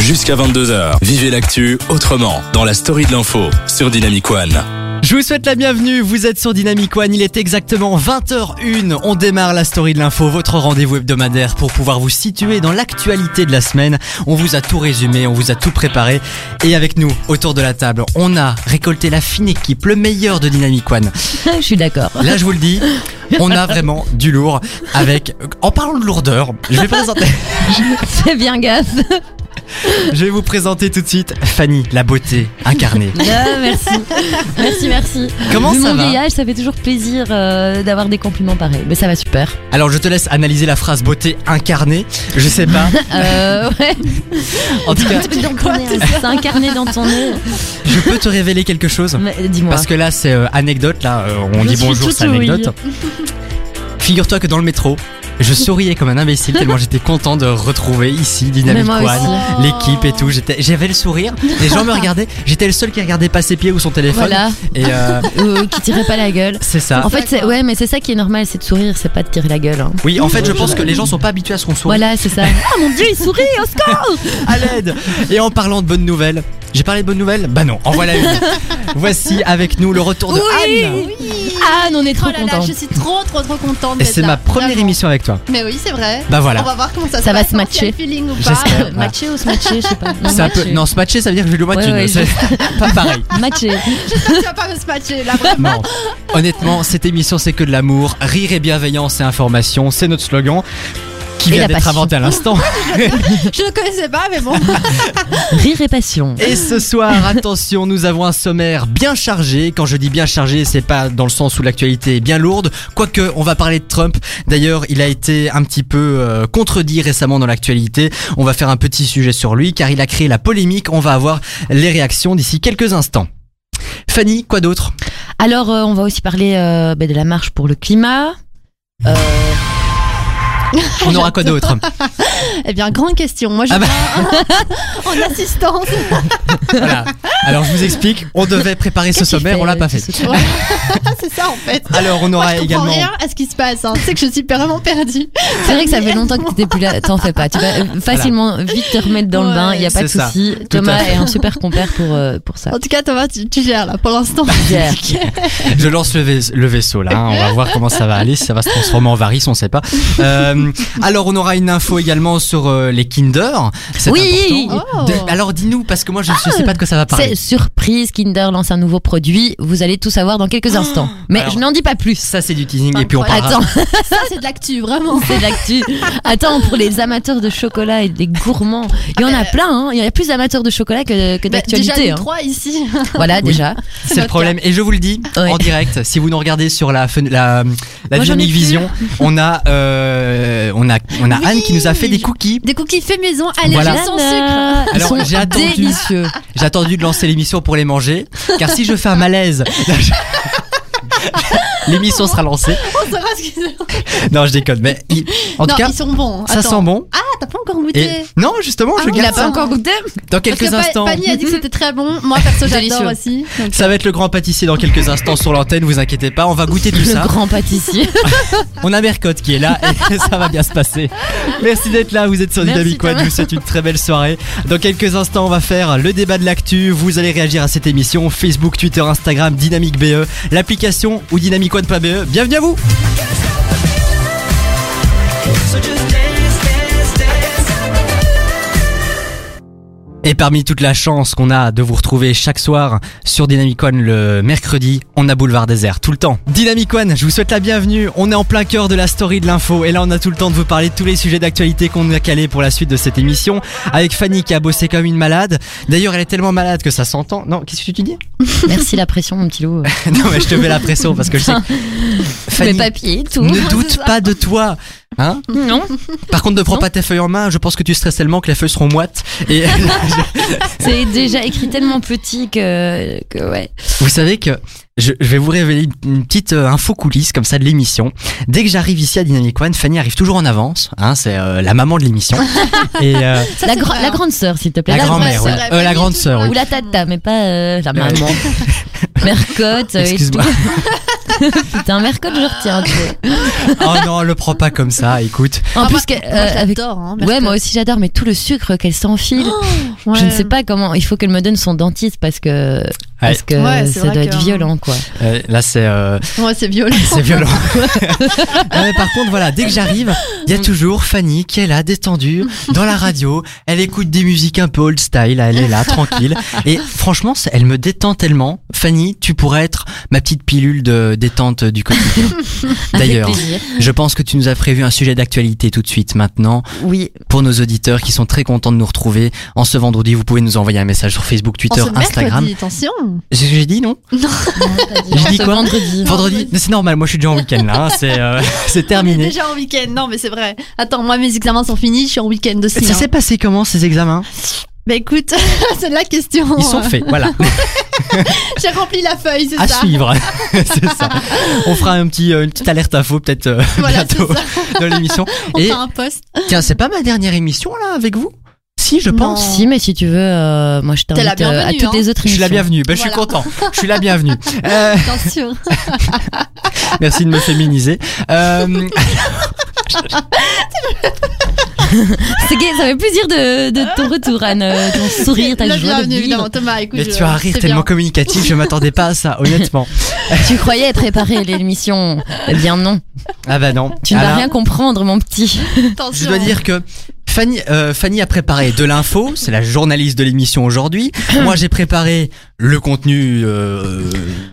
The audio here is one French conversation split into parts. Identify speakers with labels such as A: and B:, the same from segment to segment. A: jusqu'à 22h. Vivez l'actu autrement dans la story de l'info sur Dynamic One.
B: Je vous souhaite la bienvenue, vous êtes sur Dynamic One, il est exactement 20h01, on démarre la story de l'info, votre rendez-vous hebdomadaire pour pouvoir vous situer dans l'actualité de la semaine. On vous a tout résumé, on vous a tout préparé et avec nous, autour de la table, on a récolté la fine équipe, le meilleur de Dynamic One.
C: Je suis d'accord.
B: Là je vous le dis, on a vraiment du lourd avec... En parlant de lourdeur, je vais présenter...
C: Fais bien gaffe.
B: Je vais vous présenter tout de suite Fanny, la beauté incarnée.
C: Ah, merci. Merci, merci.
B: Comment
C: Vu
B: ça
C: mon
B: va
C: vieillage, ça fait toujours plaisir euh, d'avoir des compliments pareils. Mais ça va super.
B: Alors je te laisse analyser la phrase beauté incarnée, je sais pas.
C: Euh, ouais.
B: En tout cas,
C: C'est incarné dans ton nez.
B: je peux te révéler quelque chose
C: Mais Dis-moi.
B: Parce que là, c'est euh, anecdote, là, euh, on
C: Je
B: dit
C: suis
B: bonjour,
C: tout
B: c'est anecdote. Figure-toi que dans le métro, je souriais comme un imbécile tellement j'étais content de retrouver ici Dynamic
C: Mais
B: One,
C: moi aussi.
B: l'équipe et tout. J'étais- J'avais le sourire, les gens me regardaient, j'étais le seul qui regardait pas ses pieds ou son téléphone.
C: Voilà.
B: Et euh,
C: Euh, qui tirait pas la gueule.
B: c'est ça.
C: En fait, c'est- ouais, mais c'est ça qui est normal, c'est de sourire, c'est pas de tirer la gueule. hein.
B: Oui, en fait, je pense que les gens sont pas habitués à ce qu'on sourit.
C: Voilà, c'est ça. Ah mon dieu, il sourit, au secours
B: À l'aide Et en parlant de bonnes nouvelles, j'ai parlé de bonnes nouvelles Bah non, en voilà une. Voici avec nous le retour de Anne.
C: Anne, on est trop
D: Oh là là,
C: contents.
D: je suis trop trop trop contente.
B: Et
D: d'être
B: c'est
D: là,
B: ma première
D: vraiment.
B: émission avec toi.
D: Mais oui, c'est vrai.
B: Bah voilà.
D: On va voir comment ça,
C: Ça va
D: passe,
C: se
D: hein, s'il y
C: matcher.
D: a le feeling ou pas.
B: J'espère. voilà.
C: Matché Euh, ou se matcher, je sais pas. Non,
B: C'est un peu...
C: matché.
B: Non, se matcher, ça veut dire que je vais le
C: Ah Ouais,
B: matcher.
C: ouais,
B: c'est pas pareil.
C: Matché.
D: J'espère que tu vas pas se matcher là. vraiment.
B: Non. Honnêtement, cette émission, c'est que de l'amour. Rire et bienveillance et information, c'est notre slogan qui
C: Et
B: vient
C: la
B: d'être
C: passion.
B: inventé à l'instant.
D: Je ne connaissais pas, mais bon.
C: Rire et passion.
B: Et ce soir, attention, nous avons un sommaire bien chargé. Quand je dis bien chargé, c'est pas dans le sens où l'actualité est bien lourde. Quoique, on va parler de Trump. D'ailleurs, il a été un petit peu euh, contredit récemment dans l'actualité. On va faire un petit sujet sur lui car il a créé la polémique. On va avoir les réactions d'ici quelques instants. Fanny, quoi d'autre
C: Alors, euh, on va aussi parler euh, ben, de la marche pour le climat. Euh,
B: On aura quoi d'autre
D: Eh bien, grande question. Moi, je
B: Ah bah.
D: viens en assistance.
B: Voilà. Alors je vous explique, on devait préparer ce
C: qu'est-ce qu'il
B: sommaire, on l'a pas
C: tout
B: fait.
C: ce truc
D: Ouais. c'est ça en fait.
B: Alors on
D: Moi,
B: aura
D: je comprends
B: également.
D: rien à ce qui se passe. hein. C'est que je suis vraiment perdue.
C: C'est vrai que ça fait longtemps que t'étais plus là. T'en fais pas. Tu vas euh, facilement vite te remettre dans le
D: Ouais.
C: bain. Il y a pas de
B: C'est ça.
C: souci.
B: Tout à
C: Thomas
B: fait.
C: est un super compère pour euh, pour ça.
D: En tout cas, Thomas, tu, tu gères là pour l'instant.
C: Pierre.
B: Je lance le, vais- le vaisseau là, hein. on va voir comment ça va aller, si ça va se transformer en varice, on sait pas. Euh, alors on aura une info également sur euh, les Kinder. C'est
C: Oui.
B: important.
D: Oh.
B: De- alors dis-nous parce que moi je ne sais pas de quoi ça va parler.
C: C'est surprise. Kinder lance un nouveau produit. Vous allez tout savoir dans quelques instants. Mais
B: Alors-
C: je n'en dis pas plus.
B: Ça c'est du teasing et puis on parlera.
C: Attends,
D: Ça, c'est de l'actu, vraiment.
C: c'est de l'actu. Attends, pour les amateurs de chocolat et des gourmands, il y
B: Ah,
C: en a
B: bah,
C: plein. hein. Il y a plus d'amateurs de chocolat que, que
D: Bah, déjà,
C: d'actualité.
D: les
C: hein.
D: trois ici.
C: Voilà, déjà.
B: C'est le problème et je vous le dis
C: Ouais.
B: en direct. Si vous nous regardez sur la fen- la, la
C: Moi, j'en ai
B: Dynamic
C: plus.
B: Vision, on a euh, on a on a
D: Oui.
B: Anne qui nous a fait des cookies
D: Des cookies faits maison, allégés
B: Voilà.
D: sans sucre.
C: Ils
B: Alors,
C: sont
B: j'ai attendu.
C: délicieux.
B: J'ai attendu de lancer l'émission pour les manger, car si je fais un malaise, là, je- l'émission sera lancée.
D: On saura ce qu'ils ont.
B: Non, je déconne, mais il- en
D: Non,
B: tout cas,
D: ils sont bons.
B: ça
D: Attends.
B: sent bon.
D: Ah, t'as pas encore goûté.
B: Et non, justement, je
D: Ah,
B: garde ça.
C: goûté
B: Dans
D: Parce
B: quelques
D: que Pa-
B: instants.
D: Fanny a dit que c'était très bon. Moi, perso,
C: Délicieux.
D: j'adore aussi. Donc,
B: Ça va être le grand pâtissier dans quelques instants sur l'antenne, vous inquiétez pas, on va goûter tout
C: Le
B: ça.
C: grand pâtissier.
B: On a Mercotte qui est là et ça va bien se passer. Merci d'être là, vous êtes sur
C: Merci,
B: Dynamic One,
C: Thomas.
B: je vous souhaite une très belle soirée. Dans quelques instants, on va faire le débat de l'actu. Vous allez réagir à cette émission Facebook, Twitter, Instagram, Dynamic BE, l'application ou dynamicone.be. E. Bienvenue à vous Et parmi toute la chance qu'on a de vous retrouver chaque soir sur Dynamic One le mercredi, on a Boulevard Désert tout le temps. Dynamic One, je vous souhaite la bienvenue. On est en plein cœur de la story de l'info et là on a tout le temps de vous parler de tous les sujets d'actualité qu'on a calés pour la suite de cette émission avec Fanny qui a bossé comme une malade. D'ailleurs, elle est tellement malade que ça s'entend. Non, qu'est-ce que tu dis
C: Merci la pression, mon petit loup.
B: Non, mais je te mets la pression parce que je sais. que-
C: Tous les
B: Fanny,
C: papiers, tout.
B: ne doute pas de toi. Hein
C: Non,
B: Par contre, ne prends
C: Non.
B: pas tes feuilles en main. Je pense que tu stresses tellement que les feuilles seront moites. Et
C: c'est déjà écrit tellement petit que, que ouais.
B: Vous savez que je, je vais vous révéler une, une petite euh, info coulisse comme ça de l'émission. Dès que j'arrive ici à Dynamic One, Fanny arrive toujours en avance. Hein, c'est euh, la maman de l'émission. Et euh,
D: ça,
C: la,
D: c'est
C: gra-
D: vrai,
C: la
D: hein.
C: grande sœur, s'il te plaît.
B: la
C: La
B: grand-mère, oui.
C: grande sœur.
D: sœur.
B: Euh, la grande sœur, oui.
C: Ou la tata, mais pas euh, la maman.
B: Ouais.
C: Mercotte euh, et tout.
B: Excuse-moi.
C: Putain, Mercotte, je retiens. tu sais.
B: Oh non, le prends pas comme ça, écoute.
C: En
D: Ah,
C: plus,
D: moi-
C: que-
D: moi,
C: euh,
D: je
C: avec...
D: l'adore, hein,
C: Ouais,
D: Mercotte. Oh,
C: moi aussi j'adore, mais tout le sucre qu'elle s'enfile.
D: Ouais.
C: Je ne sais pas comment. Il faut qu'elle me donne son dentiste parce que parce que
D: Ouais, c'est
C: ça
D: vrai
C: doit être
D: que- hein.
C: violent quoi.
B: Euh, là, c'est euh,
D: Ouais, c'est violent.
B: c'est violent. Non, mais par contre, voilà, dès que j'arrive, il y a toujours Fanny qui est là, détendue, dans la radio. Elle écoute des musiques un peu old style. Elle est là, tranquille. Et franchement, c'est- elle me détend tellement. Fanny, tu pourrais être ma petite pilule de détente du quotidien.
C: Avec
B: D'ailleurs,
C: plaisir.
B: je pense que tu nous as prévu un sujet d'actualité tout de suite maintenant.
C: oui,
B: Pour nos auditeurs qui sont très contents de nous retrouver en ce vendredi, vous pouvez nous envoyer un message sur Facebook,
D: En
B: Twitter,
D: ce
B: Instagram.
D: mercredi, attention.
B: C'est ce que j'ai dit, non Je dis
C: ce
B: quoi
C: vendredi.
B: Vendredi Mais C'est normal, moi je suis déjà en week-end là, hein, c'est euh, c'est
D: On est
B: terminé.
D: déjà en week-end. Non, mais c'est vrai. Attends, moi, mes examens sont finis. Je suis en week-end aussi.
B: Ça
D: hein.
B: s'est passé comment ces examens
D: Bah écoute, c'est la question.
B: Ils sont faits, voilà,
D: J'ai rempli la feuille, c'est
B: à
D: ça.
B: suivre. c'est ça. On fera un petit, euh, une petite alerte info peut-être euh,
D: Voilà, c'est
B: bientôt
D: ça.
B: dans l'émission.
D: On
B: Et
D: fera un post.
B: tiens, c'est pas ma dernière émission là avec vous Si, je
D: Non.
B: pense.
C: Si, mais si tu veux, euh, moi je
D: T'es la
C: t'invite euh, à
D: bienvenue,
C: toutes
D: hein.
C: les autres
B: Je suis la
C: émissions.
B: bienvenue, ben, je suis
D: Voilà.
B: content, je suis la bienvenue. Euh,
D: Attention.
B: merci de me féminiser. Euh,
C: C'est gay, ça fait plaisir de, de ton retour, Anne, euh, ton sourire, ta
D: la
C: joie de
D: bienvenue,
C: vivre.
D: évidemment. Thomas, écoute.
B: mais
D: je-
B: tu as un rire
D: c'est
B: tellement
D: bien.
B: communicatif, je m'attendais pas à ça, honnêtement.
C: Tu croyais être réparé l'émission. Eh bien non,
B: Ah bah non.
C: tu ne vas
B: Alors,
C: rien comprendre, mon petit.
B: Je
D: Attention.
B: dois dire que Fanny, euh, Fanny a préparé de l'info, c'est la journaliste de l'émission aujourd'hui. Moi, j'ai préparé le contenu euh,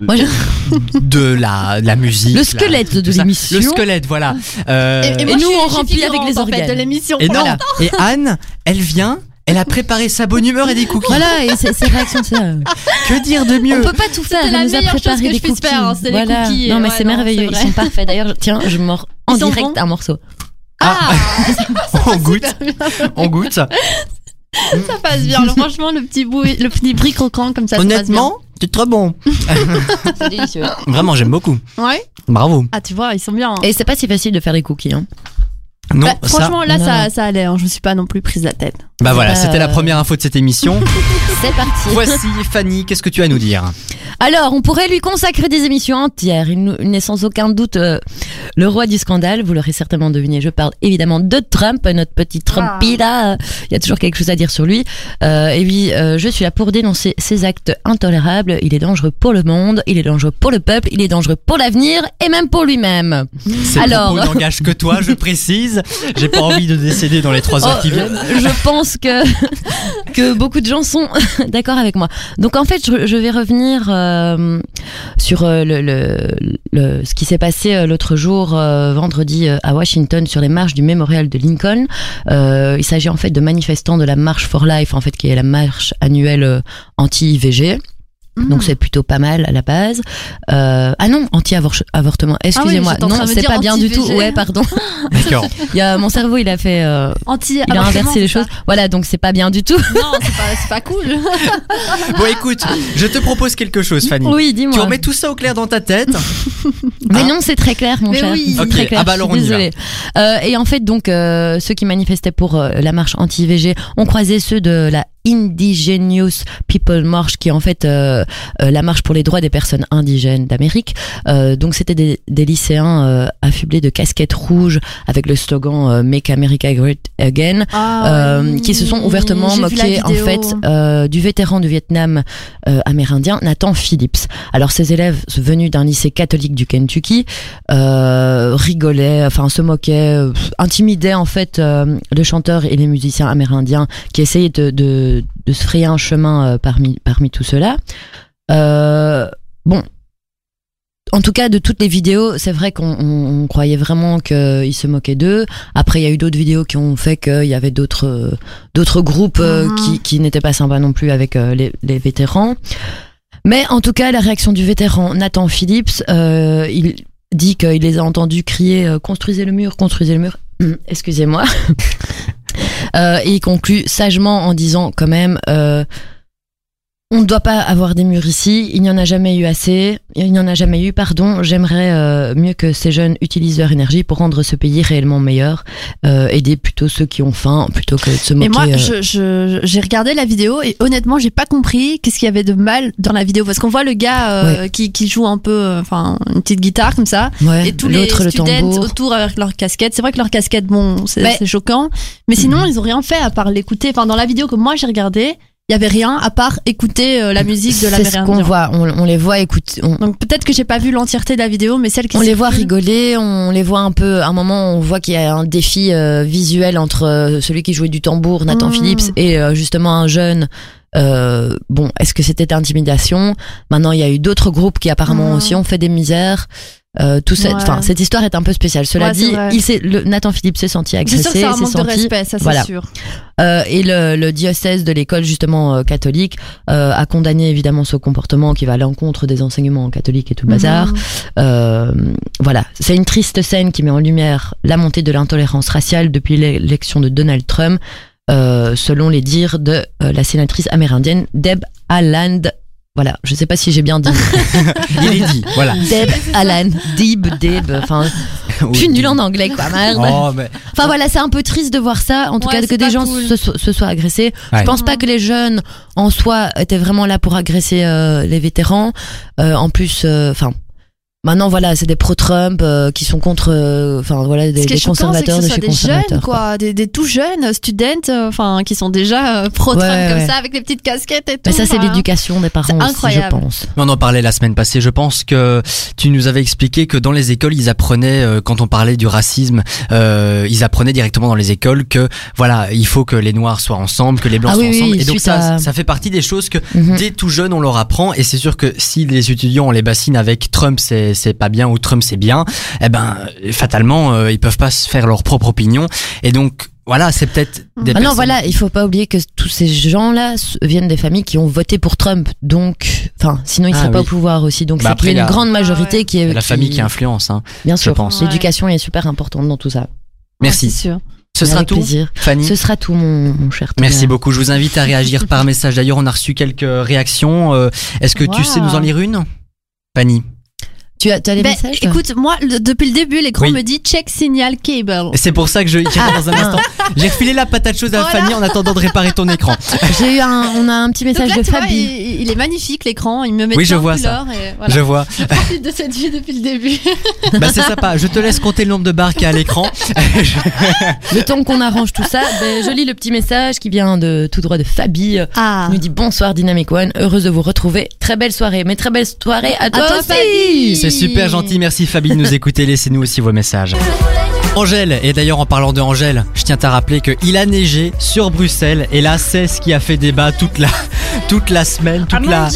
C: Moi, je-
B: de la, de la musique.
C: Le
B: la-
C: squelette
B: tout
C: de
B: ça.
C: l'émission.
B: Le squelette, voilà. Euh,
D: Et, et moi,
C: Et
D: je
C: nous,
D: suis-
C: on
D: je suis
C: remplit avec les
D: figurante, en fait,
C: organes.
D: de l'émission.
B: et non,
D: Voilà.
B: et Anne, elle vient, elle a préparé sa bonne humeur et des cookies.
C: Voilà, et c'est c'est réaction de ça.
B: Que dire de
C: On
B: mieux
C: peut pas tout faire.
D: Euh, C'était la
C: elle nous a
D: meilleure
C: préparé
D: chose que
C: des
D: je puisse
C: cookies.
D: faire, hein, c'est les
C: voilà.
D: cookies,
C: Non, mais
D: ouais,
C: c'est
D: non,
C: merveilleux.
D: c'est
C: Ils
D: vrai.
C: sont parfaits. D'ailleurs, je- tiens, je mords en
D: Ils sont
C: direct
D: bons
C: un morceau.
D: Ah,
B: On goûte, on goûte.
D: ça passe bien. Alors, franchement, le petit bruit, le petit bruit croquant comme ça. ça passe
B: Honnêtement, c'est très bon.
C: C'est délicieux.
B: Vraiment, j'aime beaucoup.
D: bien. Ouais.
B: Bravo.
D: Ah, tu vois, ils sont bien. hein.
C: Et c'est pas si facile de faire des cookies. Hein.
B: Non,
D: Bah,
B: ça.
D: franchement, là,
C: Non,
D: ça, ça allait. hein. Je me suis pas non plus prise la tête.
B: Bah voilà,
C: Euh,
B: c'était la première info de cette émission.
C: C'est parti.
B: Voici Fanny, qu'est-ce que tu as à nous dire
C: Alors, on pourrait lui consacrer des émissions entières. Il, nous- il n'est sans aucun doute euh, le roi du scandale. Vous l'aurez certainement deviné. Je parle évidemment de Trump, notre petit Trumpy là. Il y a toujours quelque chose à dire sur lui. Euh, et oui, euh, je suis là pour dénoncer ses actes intolérables. Il est dangereux pour le monde, il est dangereux pour le peuple, il est dangereux pour l'avenir et même pour lui-même.
B: Ces
C: Alors-
B: propos n'engagent que toi, je précise. J'ai pas envie de décéder dans les trois heures
C: Oh,
B: qui viennent.
C: euh, Je pense que, que beaucoup de gens sont d'accord avec moi. Donc en fait, je, je vais revenir euh, sur euh, le, le- le- ce qui s'est passé euh, l'autre jour, euh, vendredi, euh, à Washington, sur les marches du mémorial de Lincoln. Euh, il s'agit en fait de manifestants de la marche for life, en fait, qui est la marche annuelle euh, anti-IVG.
D: Ah. Mmh.
C: Donc c'est plutôt pas mal à la base. Euh, ah non, anti-avortement. Excusez-moi,
D: Ah j'étais en train
C: non,
D: de
C: c'est
D: dire
C: pas bien du tout.
D: anti-IVG.
C: Ouais, pardon.
B: D'accord.
C: Il y a mon cerveau, il a fait. euh,
D: Anti. ah,
C: il a inversé les choses. Voilà, donc c'est pas bien du tout.
D: Non, c'est pas, c'est pas cool.
B: Bon, écoute, je te propose quelque chose, Fanny.
C: Oui,
B: Tu
C: dis-moi.
B: remets tout ça au clair dans ta tête.
C: Mais
B: Ah.
C: non, c'est très clair, mon
D: Mais
C: cher.
D: oui.
C: C'est
B: Ok,
C: très clair.
B: ah bah
C: je suis
B: alors on y va.
C: désolée. Euh, et en fait, donc euh, ceux qui manifestaient pour euh, la marche anti-IVG ont croisé ceux de la Indigenous People March, qui est en fait euh, euh, la marche pour les droits des personnes indigènes d'Amérique. Euh, donc c'était des, des lycéens euh, affublés de casquettes rouges avec le slogan euh, Make America Great Again.
D: Ah,
C: euh, qui se sont ouvertement moqués en fait euh, du vétéran du Vietnam euh, amérindien Nathan Phillips. Alors ces élèves venus d'un lycée catholique du Kentucky euh, rigolaient, enfin se moquaient, euh, pff, intimidaient en fait euh, le chanteur et les musiciens amérindiens qui essayaient de, de, de se frayer un chemin euh, parmi, parmi tout cela. Euh, bon. En tout cas, de toutes les vidéos, c'est vrai qu'on on- on croyait vraiment qu'ils se moquaient d'eux. Après, il y a eu d'autres vidéos qui ont fait qu'il y avait d'autres euh, d'autres groupes euh,
D: Mhm.
C: qui, qui n'étaient pas sympas non plus avec euh, les, les vétérans. Mais en tout cas, la réaction du vétéran Nathan Phillips, euh, il dit qu'il les a entendus crier euh, construisez le mur, construisez le mur. Hum, Excusez-moi. Euh, et il conclut sagement en disant quand même. euh, On ne doit pas avoir des murs ici, il n'y en a jamais eu assez, il n'y en a jamais eu, pardon. J'aimerais euh, mieux que ces jeunes utilisent leur énergie pour rendre ce pays réellement meilleur, euh, aider plutôt ceux qui ont faim plutôt que de se moquer.
D: Mais moi,
C: euh,
D: je- je- j'ai regardé la vidéo et honnêtement, j'ai pas compris qu'est-ce qu'il y avait de mal dans la vidéo parce qu'on voit le gars euh, qui, qui joue un peu, euh, enfin, une petite guitare comme ça
C: euh, ouais,
D: et tous les
C: l'autre le
D: students
C: tambour.
D: autour avec leurs casquettes. C'est vrai que leurs casquettes, bon, c'est
C: Mais-
D: c'est choquant, mais sinon,
C: Mhm.
D: ils ont rien fait à part l'écouter. Enfin, dans la vidéo que moi j'ai regardée, il y avait rien à part écouter euh, la musique de la
C: C'est ce qu'on voit, on, on les voit écoute, on,
D: Donc peut-être que j'ai pas vu l'entièreté de la vidéo, mais celle qui
C: on les
D: circule-
C: voit rigoler, on les voit un peu. À un moment, on voit qu'il y a un défi euh, visuel entre euh, celui qui jouait du tambour, Nathan
D: Mmh.
C: Phillips, et euh, justement un jeune. Euh, bon, est-ce que c'était intimidation Maintenant, il y a eu d'autres groupes qui apparemment
D: Mmh.
C: aussi ont fait des misères. Euh, tout ça,
D: Ouais.
C: enfin, cette histoire est un peu spéciale. Cela
D: Ouais, c'est
C: dit,
D: vrai.
C: il s'est- le, Nathan Phillips s'est senti
D: C'est sûr
C: agressé,
D: que c'est un
C: s'est
D: manque de
C: senti
D: respect, ça c'est
C: voilà.
D: sûr.
C: euh, et le, le diocèse de l'école justement euh, catholique euh, a condamné évidemment ce comportement qui va à l'encontre des enseignements catholiques et tout le
D: Mhm.
C: bazar. Euh, voilà, c'est une triste scène qui met en lumière la montée de l'intolérance raciale depuis l'élection de Donald Trump, euh, selon les dires de euh, la sénatrice amérindienne Deb Haaland. Voilà, je sais pas si j'ai bien dit.
B: Il est dit, voilà.
C: Deb Haaland, Deb, Deb. Enfin, je suis nulle en anglais, quoi, merde.
B: Oh, mais
C: Enfin voilà, c'est un peu triste de voir ça. En tout
D: Ouais,
C: cas, que
D: c'est
C: des
D: pas
C: gens
D: cool.
C: se, so- se soient agressés.
B: Ouais.
C: Je pense pas que les jeunes en soi étaient vraiment là pour agresser euh, les vétérans. Euh, en plus, euh, enfin. Maintenant, voilà, c'est des pro-Trump euh, qui sont contre, euh, enfin voilà, des,
D: Ce qui est
C: des
D: choquant, c'est que
C: conservateurs
D: ce
C: de
D: soit
C: chez
D: des jeunes,
C: conservateurs.
D: quoi, des, des tout jeunes students, euh, enfin, qui sont déjà euh, pro-Trump
C: Ouais,
D: comme
C: ouais.
D: ça, avec les petites casquettes et tout.
C: Mais ça, c'est
D: enfin.
C: l'éducation des parents
D: C'est
C: aussi, je
D: incroyable.
C: pense.
B: on en parlait la semaine passée. Je pense que tu nous avais expliqué que dans les écoles, ils apprenaient, euh, quand on parlait du racisme, euh, ils apprenaient directement dans les écoles que, voilà, il faut que les noirs soient ensemble, que les blancs
C: Ah oui,
B: soient
C: oui,
B: ensemble. Et donc
C: suite
B: ça,
C: à-
B: ça fait partie des choses que
C: Mhm.
B: dès tout jeune, on leur apprend. Et c'est sûr que si les étudiants, on les bassine avec Trump, c'est c'est pas bien ou Trump, c'est bien, eh ben, fatalement, euh, ils peuvent pas se faire leur propre opinion. Et donc, voilà, c'est peut-être des
C: Ah non,
B: personnes-
C: voilà, il faut pas oublier que tous ces gens-là s- viennent des familles qui ont voté pour Trump, donc, enfin, sinon ils
B: Ah
C: seraient pas au
B: oui.
C: pouvoir aussi. Donc,
B: Bah
C: c'est qu'il
B: après,
C: y a
B: la-
C: une grande majorité
D: Ah ouais.
C: qui est
B: la famille qui influence. Hein.
C: bien
B: je
C: sûr.
B: pense.
D: Ouais.
C: L'éducation est super importante dans tout ça.
B: Merci.
D: Ouais, c'est sûr.
B: Ce sera
C: Avec
B: tout,
C: plaisir.
D: Mm.
B: Fanny.
C: Ce sera tout, mon, mon cher.
B: Merci
C: Thomas.
B: beaucoup. Je vous invite à réagir par message. D'ailleurs, on a reçu quelques réactions. Euh, Est-ce que tu
D: Wow.
B: sais nous en lire une Fanny.
C: Tu as, tu as les
D: Ben,
C: messages toi
D: écoute, moi, le- depuis le début, l'écran
B: Oui.
D: me dit check signal cable.
B: C'est pour ça que je j'y arrive dans un instant. J'ai refilé la patate chaude à
D: Voilà.
B: Fanny en attendant de réparer ton écran.
C: J'ai eu un, on a un petit
D: Donc
C: message
D: là,
C: de
D: tu vois,
C: Fabi.
D: il, il est magnifique l'écran, il me met
B: Oui,
D: plein
B: je
D: de
B: vois ça.
D: couleurs et voilà.
B: Je vois.
D: Je profite de cette vie depuis le début.
B: Bah c'est sympa. Je te laisse compter le nombre de barres qu'il y a à l'écran.
C: Le temps qu'on arrange tout ça, ben, je lis le petit message qui vient de tout droit de Fabi. euh,
D: Ah.
C: qui Nous dit bonsoir Dynamic One, heureuse de vous retrouver. Très belle soirée, mais très belle soirée à toi,
D: toi,
C: aussi.
D: Fabi.
B: C'est super
D: Bah,
B: gentil. Merci Fabi de nous écouter. Laissez-nous aussi vos messages. Angèle, et d'ailleurs en parlant de Angèle, je tiens à rappeler qu'il a neigé sur Bruxelles et là c'est ce qui a fait débat toute la, toute la semaine, toute la...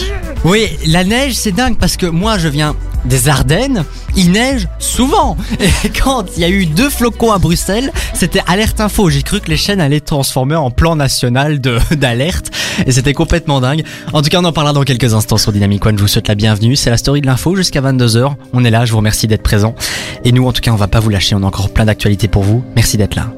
B: Oui, la neige c'est dingue parce que moi je viens des Ardennes, il neige souvent. Et quand il y a eu deux flocons à Bruxelles, c'était alerte info. J'ai cru que les chaînes allaient transformer en plan national de- d'alerte et c'était complètement dingue. En tout cas on en parlera dans quelques instants sur Dynamic One, je vous souhaite la bienvenue. C'est la story de l'info jusqu'à 22h. On est là, je vous remercie d'être présent. Et nous, en tout cas, on va pas vous lâcher. On a encore plein d'actualités pour vous. Merci d'être là.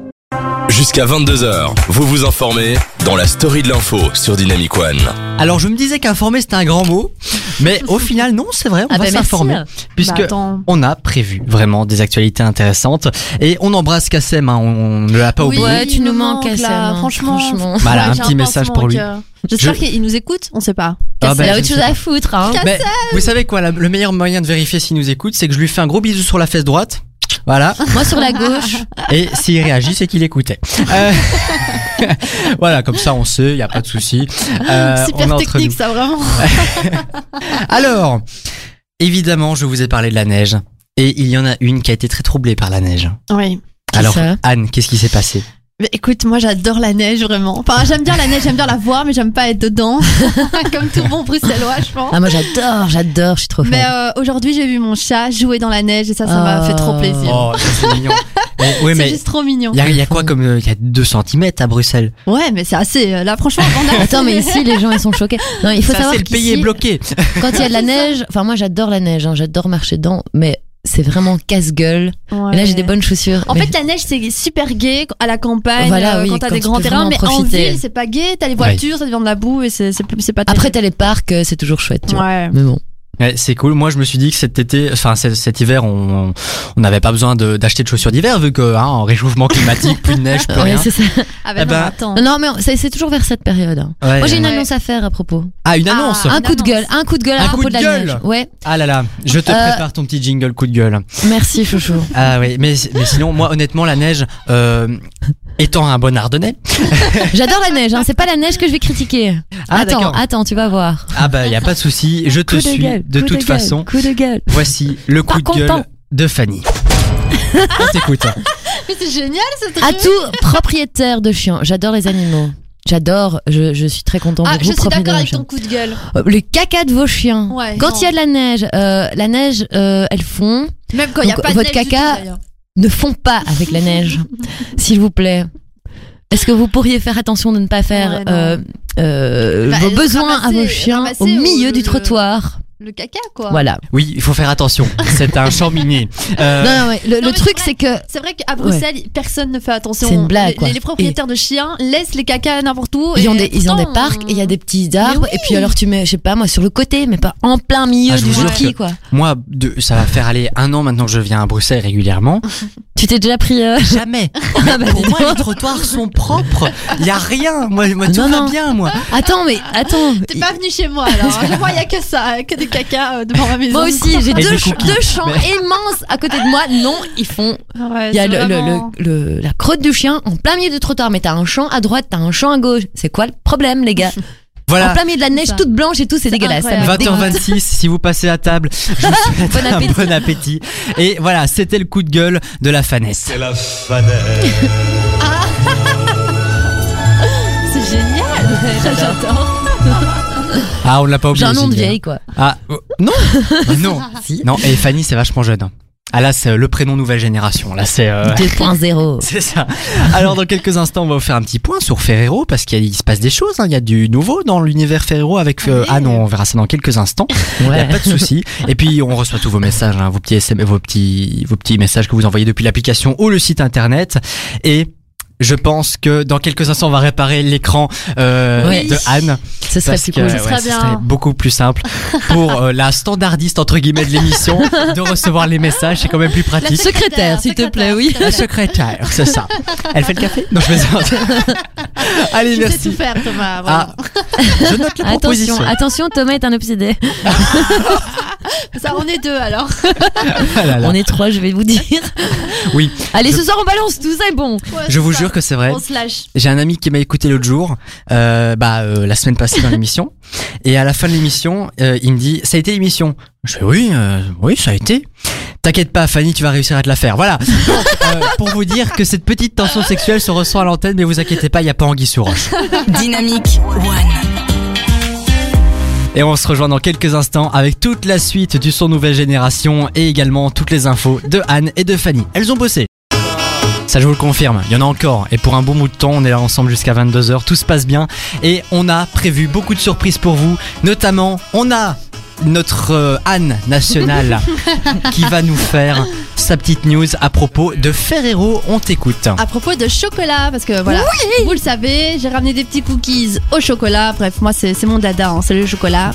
A: Jusqu'à 22h, vous vous informez dans la story de l'info sur Dynamic One.
B: Alors, je me disais qu'informer c'était un grand mot, mais au final, non, c'est vrai, on
C: Ah
B: va
C: ben, merci.
B: s'informer puisque.
D: Bah, attends.
B: on a prévu vraiment des actualités intéressantes et on embrasse Kassem, hein, on ne l'a pas
D: Oui.
B: oublié.
C: Ouais, tu
D: il
C: nous
D: me
C: manques,
D: manque,
C: Kassem,
D: là,
C: hein,
D: franchement.
C: franchement.
B: Voilà,
D: Ouais,
B: un
D: j'ai
B: petit
D: pincement
B: message
D: au
B: pour lui.
D: cœur. J'espère
B: Je-
D: qu'il nous écoute, on sait pas.
B: Ah ben,
C: Il a
B: je
C: autre
B: sais
C: chose à foutre, hein.
B: Mais vous savez quoi, la- le meilleur moyen de vérifier s'il nous écoute, c'est que je lui fais un gros bisou sur la fesse droite. Voilà.
C: Moi sur la gauche.
B: Et s'il réagit, c'est qu'il écoutait. Euh, voilà, comme ça on sait, il n'y a pas de souci. Euh, on est
D: Super
B: entre
D: technique,
B: nous.
D: ça vraiment.
B: Alors, évidemment, je vous ai parlé de la neige. Et il y en a une qui a été très troublée par la neige.
D: Oui.
C: Qui
B: Alors,
C: ça
B: Anne, qu'est-ce qui s'est passé
D: Mais écoute, moi j'adore la neige vraiment. Enfin, j'aime bien la neige, j'aime bien la voir, mais j'aime pas être dedans. Comme tout bon bruxellois, je pense.
C: Ah moi j'adore, j'adore, je suis trop fan.
D: Mais euh, aujourd'hui, j'ai vu mon chat jouer dans la neige et ça, ça m'a
C: Oh.
D: fait trop plaisir.
B: Oh, ça, c'est mignon. Mais- oui,
D: c'est
B: mais
D: juste trop mignon.
B: il y a, il y a quoi comme. euh, Il y a 2 cm à Bruxelles.
D: Ouais, mais c'est assez. euh, Là, franchement, on a.
C: Attends, mais ici les gens ils sont choqués. Non, il faut
B: Ça,
C: savoir
B: c'est le
C: qu'ici,
B: pays est bloqué.
C: Quand il y a de la neige, enfin moi j'adore la neige, hein, j'adore marcher dedans, mais c'est vraiment casse-gueule. Et là, j'ai des bonnes chaussures.
D: En
C: mais-
D: fait, la neige, c'est super gay à la campagne,
C: Voilà,
D: euh,
C: oui,
D: quand t'as
C: quand
D: des
C: tu
D: grands
C: peux
D: terrains,
C: vraiment
D: mais en
C: profiter.
D: ville, c'est pas gay, t'as les
B: Ouais.
D: voitures, ça devient de la boue et c'est c'est plus- c'est pas
C: Après,
D: terrible.
C: t'as les parcs, euh, c'est toujours chouette, tu vois.
D: Ouais.
C: Mais bon.
B: Ouais, c'est cool. Moi, je me suis dit que cet été, enfin cet, cet hiver, on on n'avait pas besoin de- d'acheter de chaussures d'hiver vu que hein, en réchauffement climatique, plus de neige, plus
C: Ouais,
B: rien.
C: c'est ça.
D: Ah, bah,
B: Eh
D: non,
B: ben,
D: attends.
C: Non, Non, mais on- c'est c'est toujours vers cette période. hein.
B: Ouais.
C: Moi, j'ai une
D: Ouais.
C: annonce à faire à propos.
B: Ah, une annonce.
D: Ah.
C: un coup de gueule, un coup de gueule
B: Un
C: à propos
B: coup de
C: de la
B: gueule
C: neige. Ouais.
B: Ah là là, je te
C: Euh.
B: prépare ton petit jingle coup de gueule.
C: Merci, chouchou.
B: Ah oui, mais mais sinon, moi, honnêtement, la neige, euh, étant un bon Ardennais.
C: J'adore la neige, hein. c'est pas la neige que je vais critiquer.
B: Ah,
C: attends,
B: d'accord.
C: attends, tu vas voir.
B: Ah bah, y a pas de souci, je te
C: Coup
B: suis
C: gueule,
B: de
C: coup
B: toute
C: gueule,
B: façon.
C: Coup de gueule.
B: Voici le coup
C: Pas
B: de gueule
C: content.
B: de Fanny. On t'écoute.
D: Mais c'est génial ce truc.
C: À tout propriétaire de chien, j'adore les animaux. J'adore, je, je suis très contente
D: Ah,
C: de
D: je
C: vous
D: suis d'accord
C: propriétaire de
D: avec
C: chien.
D: ton coup de gueule.
C: Euh, Le caca de vos chiens.
D: Ouais,
C: Quand
D: non.
C: il y a de la neige, euh, la neige, euh, elle fond.
D: Même quand il y a
C: Donc,
D: pas de
C: votre
D: neige du
C: caca-
D: tout, d'ailleurs.
C: ne font pas avec la neige, s'il vous plaît. Est-ce que vous pourriez faire attention de ne pas faire
D: Ouais, non.
C: euh, euh,
D: Bah,
C: vos
D: euh,
C: besoins à
D: ramasser-
C: vos chiens
D: ramasser
C: au milieu
D: au-
C: du
D: le-
C: trottoir
D: Le caca, quoi.
C: Voilà.
B: Oui, il faut faire attention. C'est un champ miné. Euh,
C: non, non, ouais, le,
D: Non,
C: le
D: mais
C: truc,
D: c'est
C: c'est que
D: C'est vrai qu'à Bruxelles, personne ne fait attention.
C: C'est une blague,
D: Les-
C: quoi.
D: Les, les propriétaires de chiens laissent les cacas n'importe où.
C: ils
D: et
C: ont des, ils ont des
D: pourtant,
C: parcs et il y a des petits
D: mais
C: arbres.
D: oui.
C: Et puis alors, tu mets, je sais pas, moi, sur le côté, mais pas en plein milieu
B: Ah, je
C: du
B: vous jure
C: ski,
B: que-
C: quoi.
B: Moi, de- ça va faire aller un an maintenant que je viens à Bruxelles régulièrement.
C: Tu t'es déjà pris. euh,
B: Jamais.
C: ah, bah,
B: Pour
C: dis
B: moi,
C: donc.
B: les trottoirs sont propres. Il y a rien. Moi, moi, tout
C: Non,
B: va
C: non.
B: bien, moi.
C: Attends, mais attends.
D: T'es pas venu chez moi alors. hein. Chez moi, il y a que ça, que des cacas euh, devant ma maison.
C: Moi aussi, j'ai
B: des
C: deux,
B: cookies.
C: deux champs
B: Mais-
C: immenses à côté de moi. Non, ils font
D: Ah Ouais,
C: Il y a
D: c'est
C: le, le-
D: vraiment-
C: le- le- la crotte du chien en plein milieu du trottoir, mais t'as un champ à droite, t'as un champ à gauche. C'est quoi le problème, les gars En
B: Voilà.
C: plein milieu de la neige
D: ça.
C: toute blanche et tout, c'est dégueulasse. Ça me
D: incroyable.
C: dégoûte.
B: 20h26, si vous passez à table, je vous souhaite
C: Bon
B: un
C: appétit.
B: bon appétit. Et voilà, c'était le coup de gueule de la fanesse.
E: C'est la fanette.
D: C'est génial. J'adore.
B: Ah, on l'a pas
C: J'ai
B: oublié.
C: un nom de
B: Gilles.
C: vieille, quoi.
B: Ah, euh, non, non,
C: Si.
B: non. Et Fanny, c'est vachement jeune. Ah là, c'est euh, le prénom nouvelle génération. Là, c'est. euh,
C: 2.0.
B: C'est ça. Alors dans quelques instants, on va vous faire un petit point sur Ferrero parce qu'il y a- il se passe des choses. hein. Il y a du nouveau dans l'univers Ferrero avec euh,
D: Ouais.
B: Ah non, on verra ça dans quelques instants. Il n'y a
C: Ouais.
B: pas de souci. Et puis on reçoit tous vos messages, hein, vos petits SM, vos petits vos petits messages que vous envoyez depuis l'application ou le site internet et je pense que dans quelques instants, on va réparer l'écran euh,
C: Oui.
B: de Anne.
C: Ce serait
B: Parce
C: plus
B: que
C: cool.
B: ouais,
D: serait
B: ce
D: bien.
B: serait beaucoup plus simple pour euh, la standardiste entre guillemets de l'émission de recevoir les messages. C'est quand même plus pratique.
C: La secrétaire, s'il te plaît, oui.
B: La secrétaire, c'est ça. Elle fait le café Non, je plaisante. Allez,
D: Tu sais
B: merci.
D: tout faire, Thomas. voilà.
B: Ah, je note la proposition.
C: Attention, attention, Thomas est un obsédé.
D: Ça, on est deux alors.
B: Ah là là.
C: On est trois, je vais vous dire.
B: Oui.
C: Allez,
B: Je-
C: ce soir, on balance tout ça est bon.
D: Ouais,
B: Je vous
D: ça.
B: jure que c'est vrai.
D: On se lâche.
B: J'ai un ami qui m'a écouté l'autre jour, euh, bah euh, la semaine passée dans l'émission, et à la fin de l'émission, euh, il me dit ça a été l'émission. Je fais oui, euh, oui ça a été. T'inquiète pas, Fanny, tu vas réussir à te la faire. Voilà. Donc, euh, pour vous dire que cette petite tension sexuelle se ressent à l'antenne, mais vous inquiétez pas, il y a pas anguille sous roche.
F: Dynamique One.
B: Et on se rejoint dans quelques instants avec toute la suite du son Nouvelle Génération et également toutes les infos de Anne et de Fanny. Elles ont bossé. Ça, je vous le confirme, il y en a encore. Et pour un bon bout de temps, on est là ensemble jusqu'à 22h, tout se passe bien. Et on a prévu beaucoup de surprises pour vous. Notamment, on a notre euh, Anne nationale qui va nous faire sa petite news à propos de Ferrero. On t'écoute.
D: À propos de chocolat, parce que voilà, vous le savez, j'ai ramené des petits cookies au chocolat. Bref, moi, c'est c'est mon dada, hein, c'est le chocolat.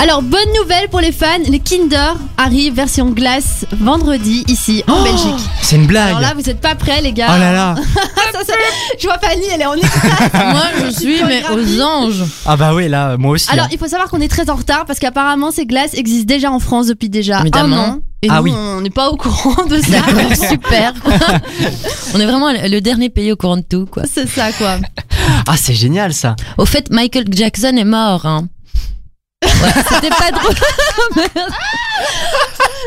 D: Alors, bonne nouvelle pour les fans, les Kinder arrivent version glace vendredi ici en Belgique.
B: C'est une blague.
D: Alors là, vous êtes pas prêts, les
B: oh
D: gars. Ah,
B: là là.
D: Ça, ça- je vois Fanny, elle est en extase.
C: Moi, je suis, mais aux anges.
B: Ah bah oui, là, moi aussi.
D: Alors,
B: hein.
D: il faut savoir qu'on est très en retard parce qu'apparemment, ces glaces existent déjà en France depuis déjà
C: Évidemment.
D: un an. Et
B: Ah
D: nous,
B: oui.
D: on n'est pas au courant de ça.
C: D'accord, super. On est vraiment le dernier pays au courant de tout, quoi.
D: C'est ça, quoi.
B: Ah, c'est génial ça.
C: Au fait, Michael Jackson est mort. Hein. Ouais, C'était pas drôle.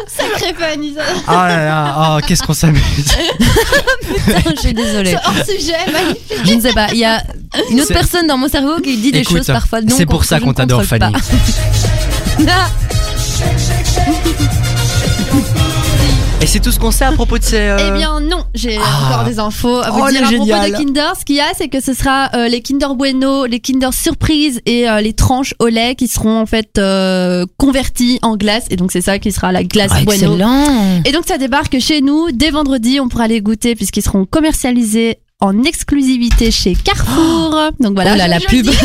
D: Sacré Fanny, ça.
B: Oh là là, oh, qu'est-ce qu'on s'amuse.
C: Je suis désolée.
D: C'est hors sujet, magnifique.
C: Je ne sais pas. Il y a une autre
B: C'est-
C: personne dans mon cerveau qui dit des
B: Écoute,
C: choses parfois. non
B: c'est pour
C: contre-
B: ça
C: je
B: qu'on
C: ne
B: t'adore,
C: contrôle
B: Fanny.
C: pas. Ah,
B: Et c'est tout ce qu'on sait à propos de ces. euh,
D: Eh bien non, j'ai
B: Ah.
D: encore des infos à vous
B: Oh,
D: dire
B: le
D: à
B: génial.
D: propos de Kinder. Ce qu'il y a, c'est que ce sera euh, les Kinder Bueno, les Kinder Surprise et euh, les tranches au lait qui seront en fait euh, converties en glace. Et donc c'est ça qui sera la glace
C: Ah,
D: Bueno.
C: excellent.
D: Et donc ça débarque chez nous dès vendredi. On pourra les goûter puisqu'ils seront commercialisés en exclusivité chez Carrefour. Donc voilà.
C: oh là,
D: je-
C: la
D: je
C: pub.
D: le dis.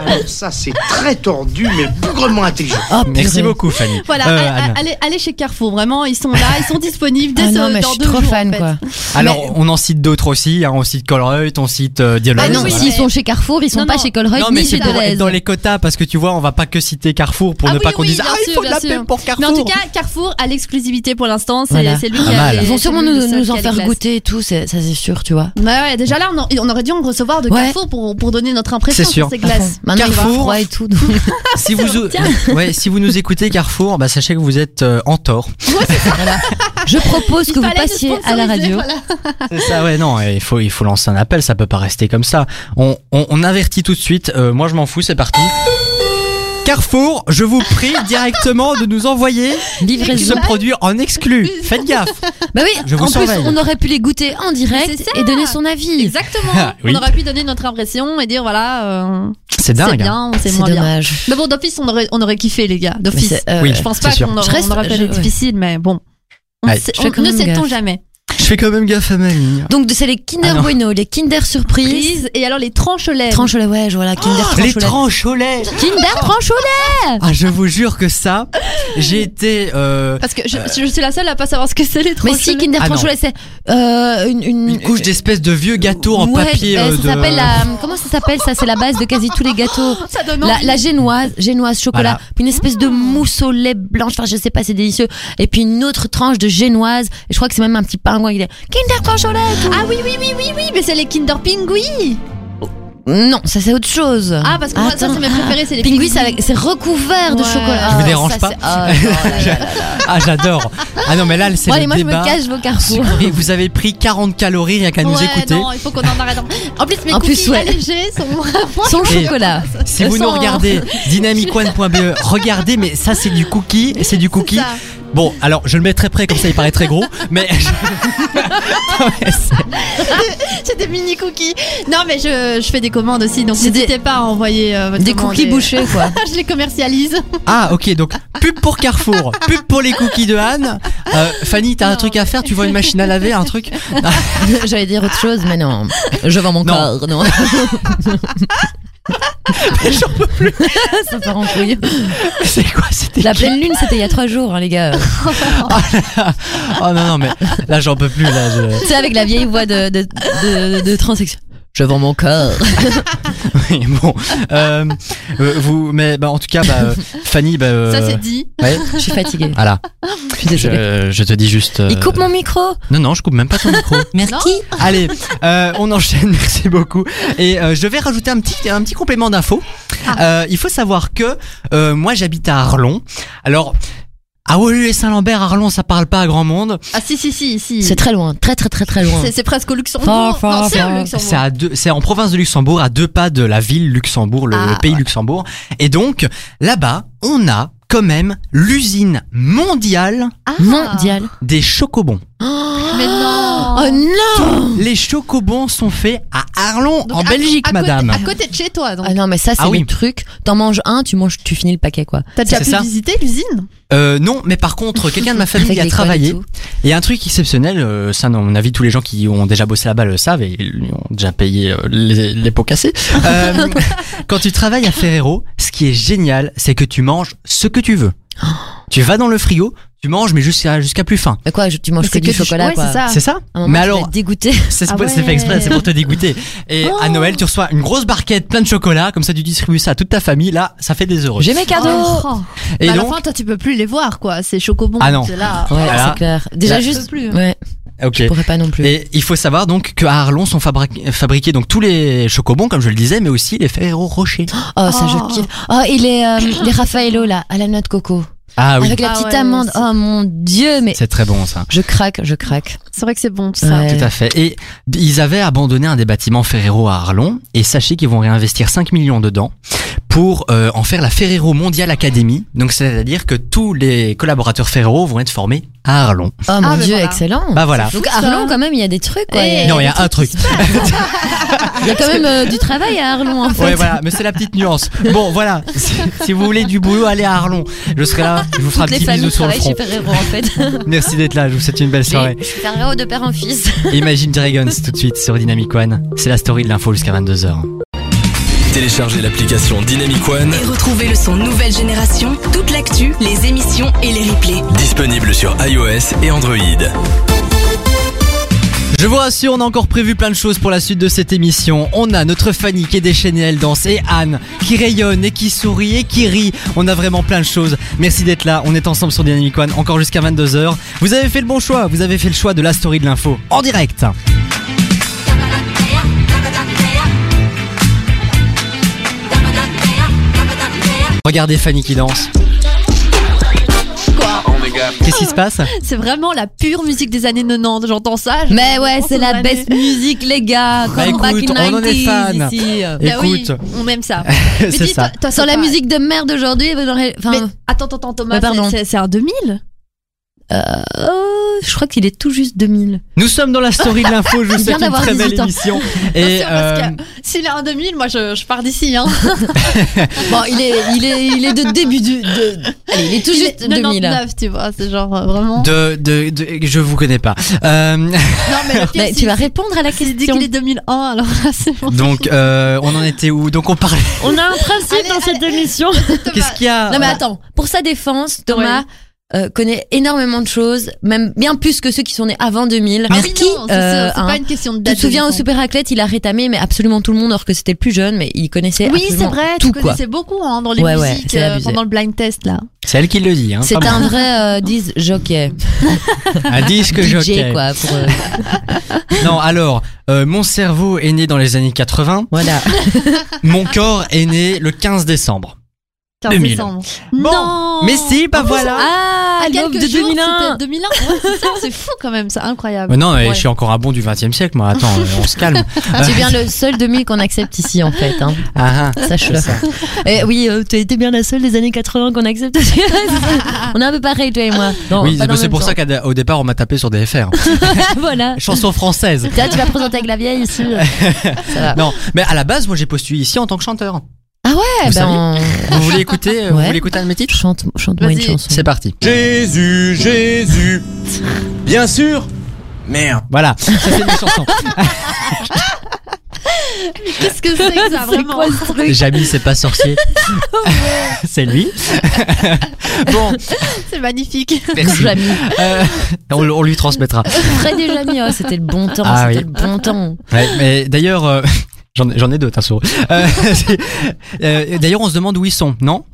E: Alors ça, c'est très tordu, mais bougrement intelligent.
C: Oh,
B: Merci
C: purée.
B: beaucoup, Fanny.
D: Voilà,
B: Euh,
D: allez-
B: Anne.
D: allez, allez chez Carrefour. Vraiment, ils sont là, ils sont disponibles dès
C: Ah
D: ce-
C: non, mais je
D: dans
C: suis
D: deux
C: trop
D: jours, en
C: fan,
D: fait.
C: quoi.
B: Alors, on en cite d'autres aussi. hein, on cite Colruyt, on cite euh, Diallo.
D: Bah
C: Ah non,
D: oui,
B: voilà.
C: s'ils
D: mais-
C: sont chez Carrefour, ils sont
D: Non,
C: pas
D: non.
C: chez Colruyt
B: Non, mais
C: ni
B: c'est
C: chez
B: pour
C: Deleuze.
B: être dans les quotas parce que tu vois, on va pas que citer Carrefour pour
D: Ah
B: ne
D: oui,
B: pas qu'on
D: oui,
B: dise
D: bien
B: Ah, il
D: sûr,
B: faut de
D: bien
B: la
D: sûr.
B: peine pour
D: Mais
B: Carrefour.
D: en tout cas, Carrefour a l'exclusivité pour l'instant. C'est
C: Voilà. Ah,
D: c'est lui
B: Pas
D: qui a.
B: mal.
D: les-
C: Ils vont
D: c'est
C: sûrement
D: lui le
C: nous,
D: seul
C: nous
D: qui a
C: en
D: les
C: faire
D: glaces.
C: goûter et tout, c'est- ça c'est sûr, tu vois.
D: Ouais, ouais, déjà là, on, en- on aurait dû en recevoir de
C: Ouais.
D: Carrefour pour, pour donner notre impression
B: C'est sûr.
D: sur ces
C: À
D: glaces.
C: fond. Maintenant, il va
B: Carrefour.
C: froid et tout.
B: si, vous, ouais, si vous nous écoutez, Carrefour, bah, sachez que vous êtes euh, en tort.
C: Je propose
D: Il
C: que vous
D: fallait se
C: passiez à la radio.
D: sponsoriser, voilà.
B: C'est ça, ouais, non, il faut, il faut lancer un appel, ça peut pas rester comme ça. On, on, on avertit tout de suite, euh, moi je m'en fous, c'est parti. Carrefour, je vous prie directement de nous envoyer
C: Livraison.
B: ce produit en exclu. Faites gaffe.
C: Bah oui,
B: Je vous
C: en plus,
B: surveille.
C: on aurait pu les goûter en
D: C'est
C: direct
D: ça.
C: et donner son avis.
D: Exactement.
B: Ah, oui.
D: On aurait pu donner notre impression et dire voilà, euh,
B: C'est
D: c'est
B: dingue. hein.
D: bien, c'est
C: C'est
D: moins bien.
C: dommage.
D: Mais bon, d'office, on aurait, on aurait kiffé, les gars.
C: Mais
D: D'office.
C: c'est, euh,
B: Oui.
D: Je pense
B: c'est
D: pas
B: sûr.
D: qu'on aurait,
C: Je reste-
D: on aurait pas
C: je-
D: été
C: ouais.
D: difficile, mais bon. On,
B: Ouais.
D: sait-
C: Je fais
D: on-
C: quand
D: ne
C: même
D: sait-on
C: gaffe.
D: jamais.
B: Je fais quand même gaffe à ma ligne.
C: Donc, c'est les Kinder
B: Ah non.
C: Bueno, les Kinder Surprise.
D: Prise, et alors les tranches au lait.
C: Tranche au lait, ouais, voilà, Kinder
B: Les
C: tranche au lait.
B: tranches au lait.
C: Kinder tranche au lait.
B: Ah, je vous jure que ça, j'ai été. euh,
D: Parce que je, je suis la seule à pas savoir ce que c'est les tranches
C: Mais si,
D: au lait.
C: Kinder
B: Ah
C: tranche
B: non.
C: au lait, c'est euh, une, une,
B: une couche d'espèce de vieux gâteau en
C: Ouais,
B: papier.
C: euh,
B: euh,
C: ça
B: de-
C: s'appelle la, comment ça s'appelle ça C'est la base de quasi tous les gâteaux.
D: Ça donne
C: La,
D: envie.
C: la génoise, génoise chocolat,
B: Voilà.
C: puis une espèce
D: Ah.
C: de mousse au lait blanche, enfin je sais pas, c'est délicieux. Et puis une autre tranche de génoise, et je crois que c'est même un petit pingouin qui dit Kinder tranche au lait. et tout.
D: Ah oui, oui, oui, oui, oui, mais c'est les Kinder Pingui.
C: Non, ça c'est autre chose.
D: Ah, parce que moi, ça,
C: Attends.
D: c'est mes préférés, c'est les
C: Pingouin,
D: Pingui.
C: c'est avec- c'est recouvert de
D: Ouais.
C: chocolat.
B: Je vous
C: Ah,
B: dérange
C: ça,
B: pas
C: c'est- ah, non, là, là, là, là.
B: Ah, j'adore. Ah non, mais là, c'est
C: Bon,
B: le
C: allez, moi je me
B: débat.
C: cache, je vais au carrefour.
B: Sucré, vous avez pris 40 calories rien qu'à nous
D: ouais,
B: écouter.
D: Non, il faut qu'on en arrête. un. En plus, mes
C: En plus,
D: cookies
C: ouais.
D: allégés sont vraiment.
C: Sans
B: Et-
C: chocolat.
B: Si vous nous
D: hein.
C: Sans-
B: regardez, dynamicone.be, E, regardez, mais ça c'est du cookie, c'est du cookie.
D: ça.
B: Bon, alors je le mets très près comme ça il paraît très gros, mais Non, mais c'est-
D: C'est des mini cookies. Non, mais je, je fais des commandes aussi, donc
C: C'est des-
D: n'hésitez pas à envoyer euh, votre
C: Des
D: commande
C: cookies
D: et-
C: bouchés quoi.
D: Je les commercialise.
B: ah ok donc pub pour Carrefour, pub pour les cookies de Anne. Euh, Fanny, t'as un truc à faire, tu vois une machine à laver, un truc.
C: J'allais dire autre chose, mais non. Je vends mon
B: Non.
C: corps, non.
B: J'en peux plus.
C: ça part en couille.
B: C'est quoi c'était
C: La pleine lune, c'était il y a trois jours, hein, les gars.
B: Oh non non mais là j'en peux plus là. je-
C: C'est avec la vieille voix de, de, de, de, de transection. Je vends mon corps.
B: Oui, bon, euh, euh, vous mais bah, en tout cas bah, euh, Fanny bah, euh,
D: Ça, c'est dit.
B: ouais.
C: Je suis fatiguée.
B: Voilà,
C: Je suis désolée.
B: je, je te dis juste. euh,
C: Il coupe mon micro.
B: Non, non, je coupe même pas ton micro.
C: Merci.
B: Allez, euh, on enchaîne, merci beaucoup. Et euh, je vais rajouter un petit, un petit complément d'info.
C: Ah.
B: Euh, il faut savoir que euh, moi j'habite à Arlon. Alors, à Wolu et Saint-Lambert, Arlon, ça parle pas à grand monde.
D: Ah, si, si, si, si.
C: C'est très loin, très très très très loin.
D: C'est- c'est presque au Luxembourg.
C: Fort, fort,
D: non, c'est
C: fort.
D: au
B: C'est
D: Luxembourg.
B: à deux- c'est en province de Luxembourg, à deux pas de la ville Luxembourg, le,
D: Ah,
B: le pays Luxembourg. Et donc, là-bas, on a quand même l'usine mondiale
D: Ah.
C: Mondial.
B: des chocobons.
D: Mais non.
C: Oh non
B: Les chocobons sont faits à Arlon,
D: Donc,
B: en
D: à-
B: Belgique,
D: à côté-
B: madame.
D: à côté de chez toi, donc.
C: Ah non, mais ça, c'est
B: Ah oui.
C: le truc. T'en manges un, tu manges, tu finis le paquet quoi.
D: T'as déjà
B: c'est
D: pu
B: ça.
D: visiter l'usine
B: Euh, non, mais par contre, quelqu'un de ma famille
C: Avec
B: y a
C: l'école et
B: travaillé.
C: tout.
B: Et un truc exceptionnel, euh, ça, non, à mon avis, tous les gens qui ont déjà bossé là-bas le savent et ils ont déjà payé euh, les, les pots cassés. Euh, quand tu travailles à Ferrero, ce qui est génial, c'est que tu manges ce que tu veux. Tu vas dans le frigo, tu manges, mais jusqu'à jusqu'à plus faim.
C: Mais quoi, je- tu manges
D: Mais
C: que
D: c'est
C: du
D: que du-
C: chocolat
D: ouais,
C: quoi.
D: c'est ça. Ah.
B: C'est ça
C: À un moment,
B: Mais
C: tu
B: alors,
C: vas être dégoûté.
B: c'est
D: Ah
B: c'est fait exprès,
D: ouais.
B: c'est pour te dégoûter. Et
C: Oh.
B: à Noël, tu reçois une grosse barquette plein de chocolat, comme ça tu distribues ça à toute ta famille, là, ça fait des heureux.
C: J'ai mes cadeaux.
D: Oh.
B: Et
D: Bah, à la
B: donc,
D: fin, toi, tu peux plus les voir, quoi. C'est chocobon.
B: Ah non.
D: C'est là.
C: Ouais,
B: Voilà.
C: c'est clair. Déjà
B: Là-
C: juste.
D: Plus.
C: Ouais,
B: ok.
C: je pourrais pas non plus.
B: Et il faut savoir donc qu'à Arlon sont fabri- fabriqués donc tous les chocobons, comme je le disais, mais aussi les Ferrero Rocher.
C: Oh, ça,
D: Oh.
C: je kiffe. Oh, et les, euh, les Raffaello, là, à la noix de coco.
B: Ah oui,
C: Avec la
D: Ah
C: petite
D: ouais,
C: amande.
D: c'est-
C: Oh mon dieu, mais
B: c'est très bon ça.
C: je craque, je craque.
D: C'est vrai que c'est bon, tout ça.
C: Ouais.
B: Tout à fait. Et ils avaient abandonné un des bâtiments Ferrero à Arlon, et sachez qu'ils vont réinvestir 5 millions dedans pour euh, en faire la Ferrero Mondial Academy. Donc c'est-à-dire que tous les collaborateurs Ferrero vont être formés à Arlon.
C: Oh mon
D: Ah, ben
C: dieu,
D: voilà.
C: excellent.
B: Bah voilà.
C: Donc
D: Fou, ça.
C: Arlon, quand même, il y a des trucs. Quoi.
D: Eh.
B: Non, il y a un truc.
C: Il y a quand même euh, du travail à Arlon, en fait.
B: Ouais, voilà, mais c'est la petite nuance. Bon, voilà. Si, si vous voulez du boulot, allez à Arlon. Je serai là, je vous ferai
C: Toutes
B: un
C: les
B: petit bisou
C: familles
B: sur le
C: travaillent
B: front.
C: super héros, en fait.
B: Merci d'être là, je vous souhaite une belle soirée.
C: Je suis un héros de père en fils.
B: Imagine Dragons tout de suite sur Dynamic One. C'est la story de l'info jusqu'à 22h.
A: Téléchargez l'application Dynamic One
F: Et retrouvez le son nouvelle génération, toute l'actu, les émissions et les replays.
A: disponible sur iOS et Android.
B: Je vous rassure, on a encore prévu plein de choses pour la suite de cette émission. On a notre Fanny qui est déchaînée, elle danse, et Anne qui rayonne et qui sourit et qui rit. On a vraiment plein de choses. Merci d'être là, on est ensemble sur Dynamic One encore jusqu'à 22h. Vous avez fait le bon choix, vous avez fait le choix de la story de l'info en direct. Regardez Fanny qui danse. Qu'est-ce qui se passe
D: C'est vraiment la pure musique des années 90. J'entends ça. je
C: Mais ouais,
D: pense
C: c'est
D: aux
C: la
D: années-
C: best music, les gars.
B: Bah
C: Come back
B: écoute,
C: in
B: on en est
C: 90s,
B: fan.
C: ici.
D: Bah oui,
B: Écoute.
D: on aime ça. Mais
B: C'est
D: dis,
B: ça.
D: toi- toi,
C: Sans
D: c'est
C: la
D: pas-
C: musique de merde aujourd'hui, vous aurez-
D: Mais
C: enfin,
D: attends, attends, attends, Thomas,
C: Mais pardon.
D: c'est- c'est c'est un 2000 oh,
C: euh, je crois qu'il est tout juste 2000.
B: Nous sommes dans la story de l'info, je vous
C: Bien
B: souhaite une
C: d'avoir
B: très belle
C: 18 ans.
B: émission.
D: Attention, parce
B: euh,
D: que s'il a un 2000, moi je, je pars d'ici. Hein.
C: Bon, il est, il est, il est de début du, de, allez, il est tout
D: Il
C: juste
D: est
C: 2000.
D: 99, tu vois, c'est genre euh, vraiment.
B: de, de, de- je vous connais pas. Euh,
D: Non, mais, le pire,
C: Mais
D: c'est-
C: tu vas répondre à la
D: Il dit
C: question.
D: qu'il est 2001, alors là c'est bon.
B: donc, euh, on en était où Donc, on parlait.
G: On a un principe
D: Allez,
G: dans
D: allez.
G: cette émission.
B: Qu'est-ce
D: Ah
B: qu'il y a
C: Bah, Non mais attends, pour sa défense, Thomas
D: Ouais.
C: euh, connaît énormément de choses, même bien plus que ceux qui sont nés avant 2000.
D: Ah
C: Merci.
D: oui, non, c'est- c'est- c'est
C: hein,
D: pas une question de
C: tu
D: date.
C: te souviens
D: de
C: au
D: naissance.
C: super athlète, il a rétamé mais absolument tout le monde alors que c'était le plus jeune, mais il connaissait
D: Oui, c'est
C: absolument
D: vrai,
C: tout
D: tu
C: quoi.
D: connaissais beaucoup hein, dans les
C: Ouais, ouais,
D: musiques
C: c'est
D: euh,
C: abusé.
D: pendant le blind test là.
B: C'est elle qui le dit. Hein,
C: C'est
B: pas moi.
C: un vrai euh, disque jockey,
B: un disque
C: DJ
B: jockey.
C: quoi. Pour, euh,
B: Non, alors, euh, mon cerveau est né dans les années 80.
C: voilà.
B: Mon corps est né le 15 décembre.
D: 15
B: 2000.
D: décembre.
B: Bon,
D: hein. non
B: Mais si, bah voilà.
C: Oh. Ah,
D: à
C: l'aube
D: quelques
C: de
D: jours,
C: 2001.
D: c'était 2001. Ouais, c'est ça, c'est fou quand même, c'est incroyable.
B: Mais non, mais
D: Ouais.
B: je suis encore à bon du 20 e siècle, moi. Attends, euh, on se calme.
C: Ah, Tu es bien le seul 2000 qu'on accepte ici en fait. Hein.
B: Ah, ah.
C: Sache-le. Eh oui, euh, tu as été bien la seule des années 80 qu'on accepte. on est un peu pareil, toi et moi. Non,
B: oui, mais
C: pas dans le
B: bah, c'est
C: même
B: pour
C: sens.
B: ça qu'au départ, on m'a tapé sur DFR.
C: voilà.
B: Chanson française.
C: Tiens, tu vas présenter avec la vieille ici. Ça va.
B: Non, mais à la base, moi, j'ai postulé ici en tant que chanteur.
C: Eh
B: vous
C: ben,
B: Vous voulez écouter, euh, vous
C: Ouais.
B: voulez écouter un de mes titres
C: chante, chante-moi une
D: Vas-y.
C: chanson.
B: C'est parti.
H: Jésus, Jésus. Bien sûr. Merde.
B: Voilà, ça c'est mes chansons.
D: Qu'est-ce que c'est que ça vraiment
B: Jamy, c'est pas sorcier.
C: Oh,
B: c'est lui. bon,
D: C'est magnifique.
B: merci.
C: Jamy.
B: Euh, on, on lui transmettra.
C: Fred et Jamy, oh, c'était le bon temps,
B: Ah oui.
C: c'était le bon temps.
B: Ouais, mais d'ailleurs, euh, j'en, j'en ai deux, t'as sourd. Euh, c'est- euh, d'ailleurs, on se demande où ils sont, non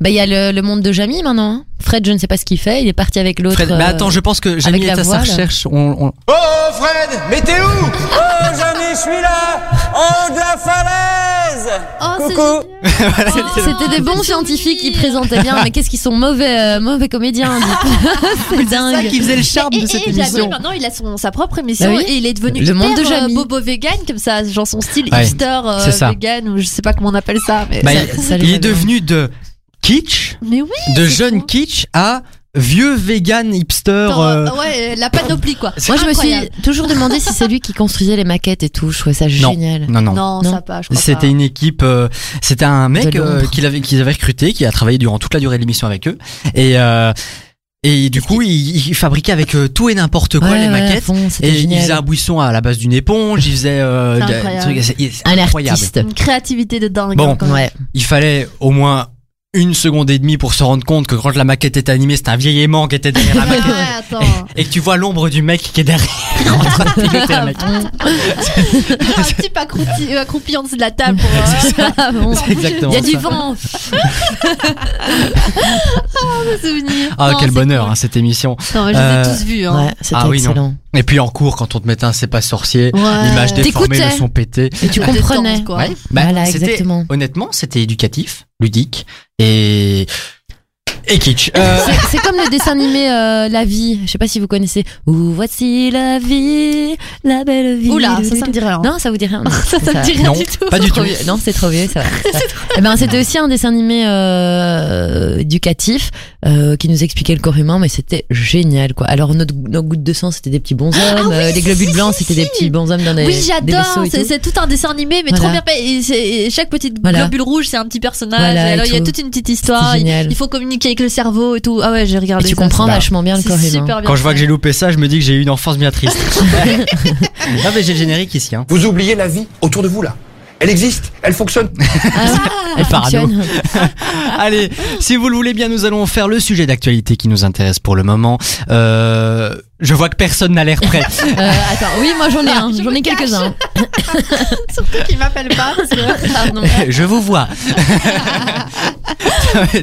C: Bah, il y a le, le monde de Jamy maintenant. hein. Fred, je ne sais pas ce qu'il fait, il est parti avec l'autre.
B: Fred,
C: euh,
B: Mais attends, je pense que Jamy
C: avec
B: est
C: la
B: à
C: voix,
B: sa
C: là.
B: recherche. On, on-
H: Oh Fred, mais t'es où Oh Jamy, je suis là. En haut de la falaise.
D: Oh, c'est
H: Coucou.
D: génial.
C: Oh, C'était des bons scientifiques qui présentaient bien, mais qu'est-ce qu'ils sont mauvais, euh, mauvais comédiens. du coup. c'est
B: C'est ça
C: dingue.
B: qui faisait le charme
D: Et,
B: de cette
D: et Jamy,
B: émission.
D: maintenant, il a son, sa propre émission
C: Bah oui.
D: et il est devenu
C: Le monde
D: hyper,
C: de Jamy.
D: euh, Bobo vegan, comme ça, genre son style
B: Ouais,
D: hipster euh,
B: c'est ça.
D: vegan, ou je sais pas comment on appelle ça. Mais,
B: Bah,
C: Ça-
B: il
C: ça lui
B: il
C: va
B: est
C: bien.
B: devenu de kitsch,
D: mais oui,
B: de
D: c'est
B: jeune
D: fou.
B: kitsch à vieux vegan hipster.
D: genre,
B: euh,
D: euh, ouais, la panoplie quoi.
C: Moi, je me suis
D: Incroyable.
C: toujours demandé si c'est lui qui construisait les maquettes et tout. Je trouvais ça génial.
B: Non, non.
D: Non,
C: Non.
D: ça pas, je crois.
B: C'était
D: pas.
B: une équipe, euh, c'était un mec
C: De Londres.
B: euh, qu'ils avaient, qu'ils avaient recruté, qui a travaillé durant toute la durée de l'émission avec eux. Et, euh, et du coup, il, il fabriquait avec euh, tout et n'importe quoi
C: Ouais,
B: les
C: ouais, à
B: maquettes.
C: fond, c'était
B: Et il
C: génial.
B: faisait un buisson à la base d'une éponge, il faisait euh,
D: C'est
B: des
D: incroyable.
B: trucs assez- c'est
C: Un
B: incroyable.
C: artiste.
D: Une créativité de dingue.
B: Bon.
D: hein, quand même.
C: Ouais.
B: Il fallait au moins une seconde et demie pour se rendre compte que quand la maquette était animée, c'était un vieil aimant qui était derrière la
D: Ah ouais,
B: maquette.
D: attends.
B: Et que tu vois l'ombre du mec qui est derrière en train de piloter la maquette.
D: Genre Ah, un type accroupi, euh, accroupi en dessous de la table pour. euh,
C: Ah bon.
B: C'est exactement
C: Il y a du
B: ça.
C: vent.
D: se souvenir.
B: Ah,
D: Non,
B: quel
D: c'est
B: bonheur,
D: cool.
B: hein, cette émission.
D: Non, mais je
B: Euh,
D: les ai tous vus. Hein.
C: Ouais, c'était
B: Ah oui, non.
C: excellent.
B: Et puis en cours, quand on te mettait un c'est pas sorcier,
D: Ouais.
B: l'image déformée,
C: T'écoutais.
B: le son pété.
C: Et tu
D: La
C: comprenais.
D: détente, quoi.
B: Bah,
C: Voilà,
B: c'était-
C: exactement.
B: Honnêtement, c'était éducatif, ludique et et kitsch. Euh,
C: C'est- C'est comme le dessin animé euh, La vie. Je sais pas si vous connaissez. Ouh, voici la vie, la belle vie.
D: Oula, ça, ça me dit rien.
C: Non, ça vous dit rien. non.
D: ça, ça me dit rien
B: Non,
D: du tout.
B: pas du
C: C'est trop
B: tout.
C: vieux. Non, c'est trop vieux, ça va. Eh ben, c'était aussi un dessin animé euh, éducatif euh, qui nous expliquait le corps humain, mais c'était génial, quoi. Alors, notre, nos gouttes de sang, c'était des petits bonshommes.
D: Ah oui,
C: euh, les
D: si,
C: globules
D: si,
C: blancs,
D: si,
C: c'était des
D: si.
C: petits bonshommes dans les,
G: Oui,
C: des vaisseaux
G: j'adore.
C: et
G: C'est
C: tout.
G: c'est tout un dessin animé, mais
C: Voilà.
G: trop bien. fait. Et, c'est- et chaque petite
C: Voilà.
G: globule rouge, c'est un petit personnage.
C: Voilà,
G: et alors,
C: et
G: il y a
C: tout.
G: toute une petite histoire.
C: C'était
G: Il,
C: génial.
G: il faut communiquer avec le cerveau et tout. Ah ouais, j'ai
C: Et
G: regardé.
C: tu
G: ça,
C: comprends
D: Bah,
C: hein.
G: ça.
C: vachement bien le
G: C'est
C: corps humain.
G: super bien.
B: Quand je vois que
G: fait.
B: j'ai loupé ça, je me dis que j'ai eu une enfance bien triste. non mais j'ai le générique ici. Hein.
I: Vous oubliez la vie autour de vous là. Elle existe, elle fonctionne.
C: Elle
B: par
C: fonctionne.
B: Allez, si vous le voulez bien, nous allons faire le sujet d'actualité qui nous intéresse pour le moment. Euh, je vois que personne n'a l'air prêt.
C: Euh, attends, oui, moi j'en ai un, j'en ai quelques-uns.
D: Surtout qu'il m'appelle pas. parce que- Pardon.
B: je vous vois.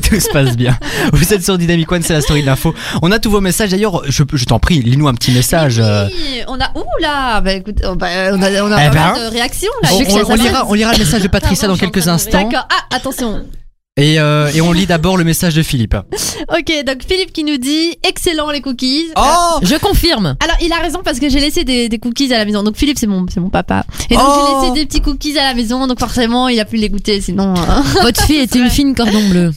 B: Tout se passe bien. Vous êtes sur Dynamic One, c'est la story de l'info. On a tous vos messages. D'ailleurs, je, je t'en prie, lis-nous un petit message. euh,
D: Oui, on a. Ouh là Bah écoute, oh, bah, on a, on a
B: Eh ben.
D: pas mal de réactions là.
B: on,
D: Ah, Je sais que
B: on-
D: ça
B: on
D: s'appelle-
B: lira, on lira le message de Patricia dans quelques instants.
D: D'accord. Ah, attention.
B: Et, euh, et on lit d'abord le message de Philippe.
D: Ok, donc Philippe qui nous dit excellent les cookies.
B: Oh
C: Je confirme.
D: Alors il a raison parce que j'ai laissé des, des cookies à la maison. Donc Philippe c'est mon c'est mon papa. Et donc
B: Oh.
D: j'ai laissé des petits cookies à la maison. Donc forcément il a pu les goûter. Sinon euh,
C: Votre fille est une fine cordon bleu.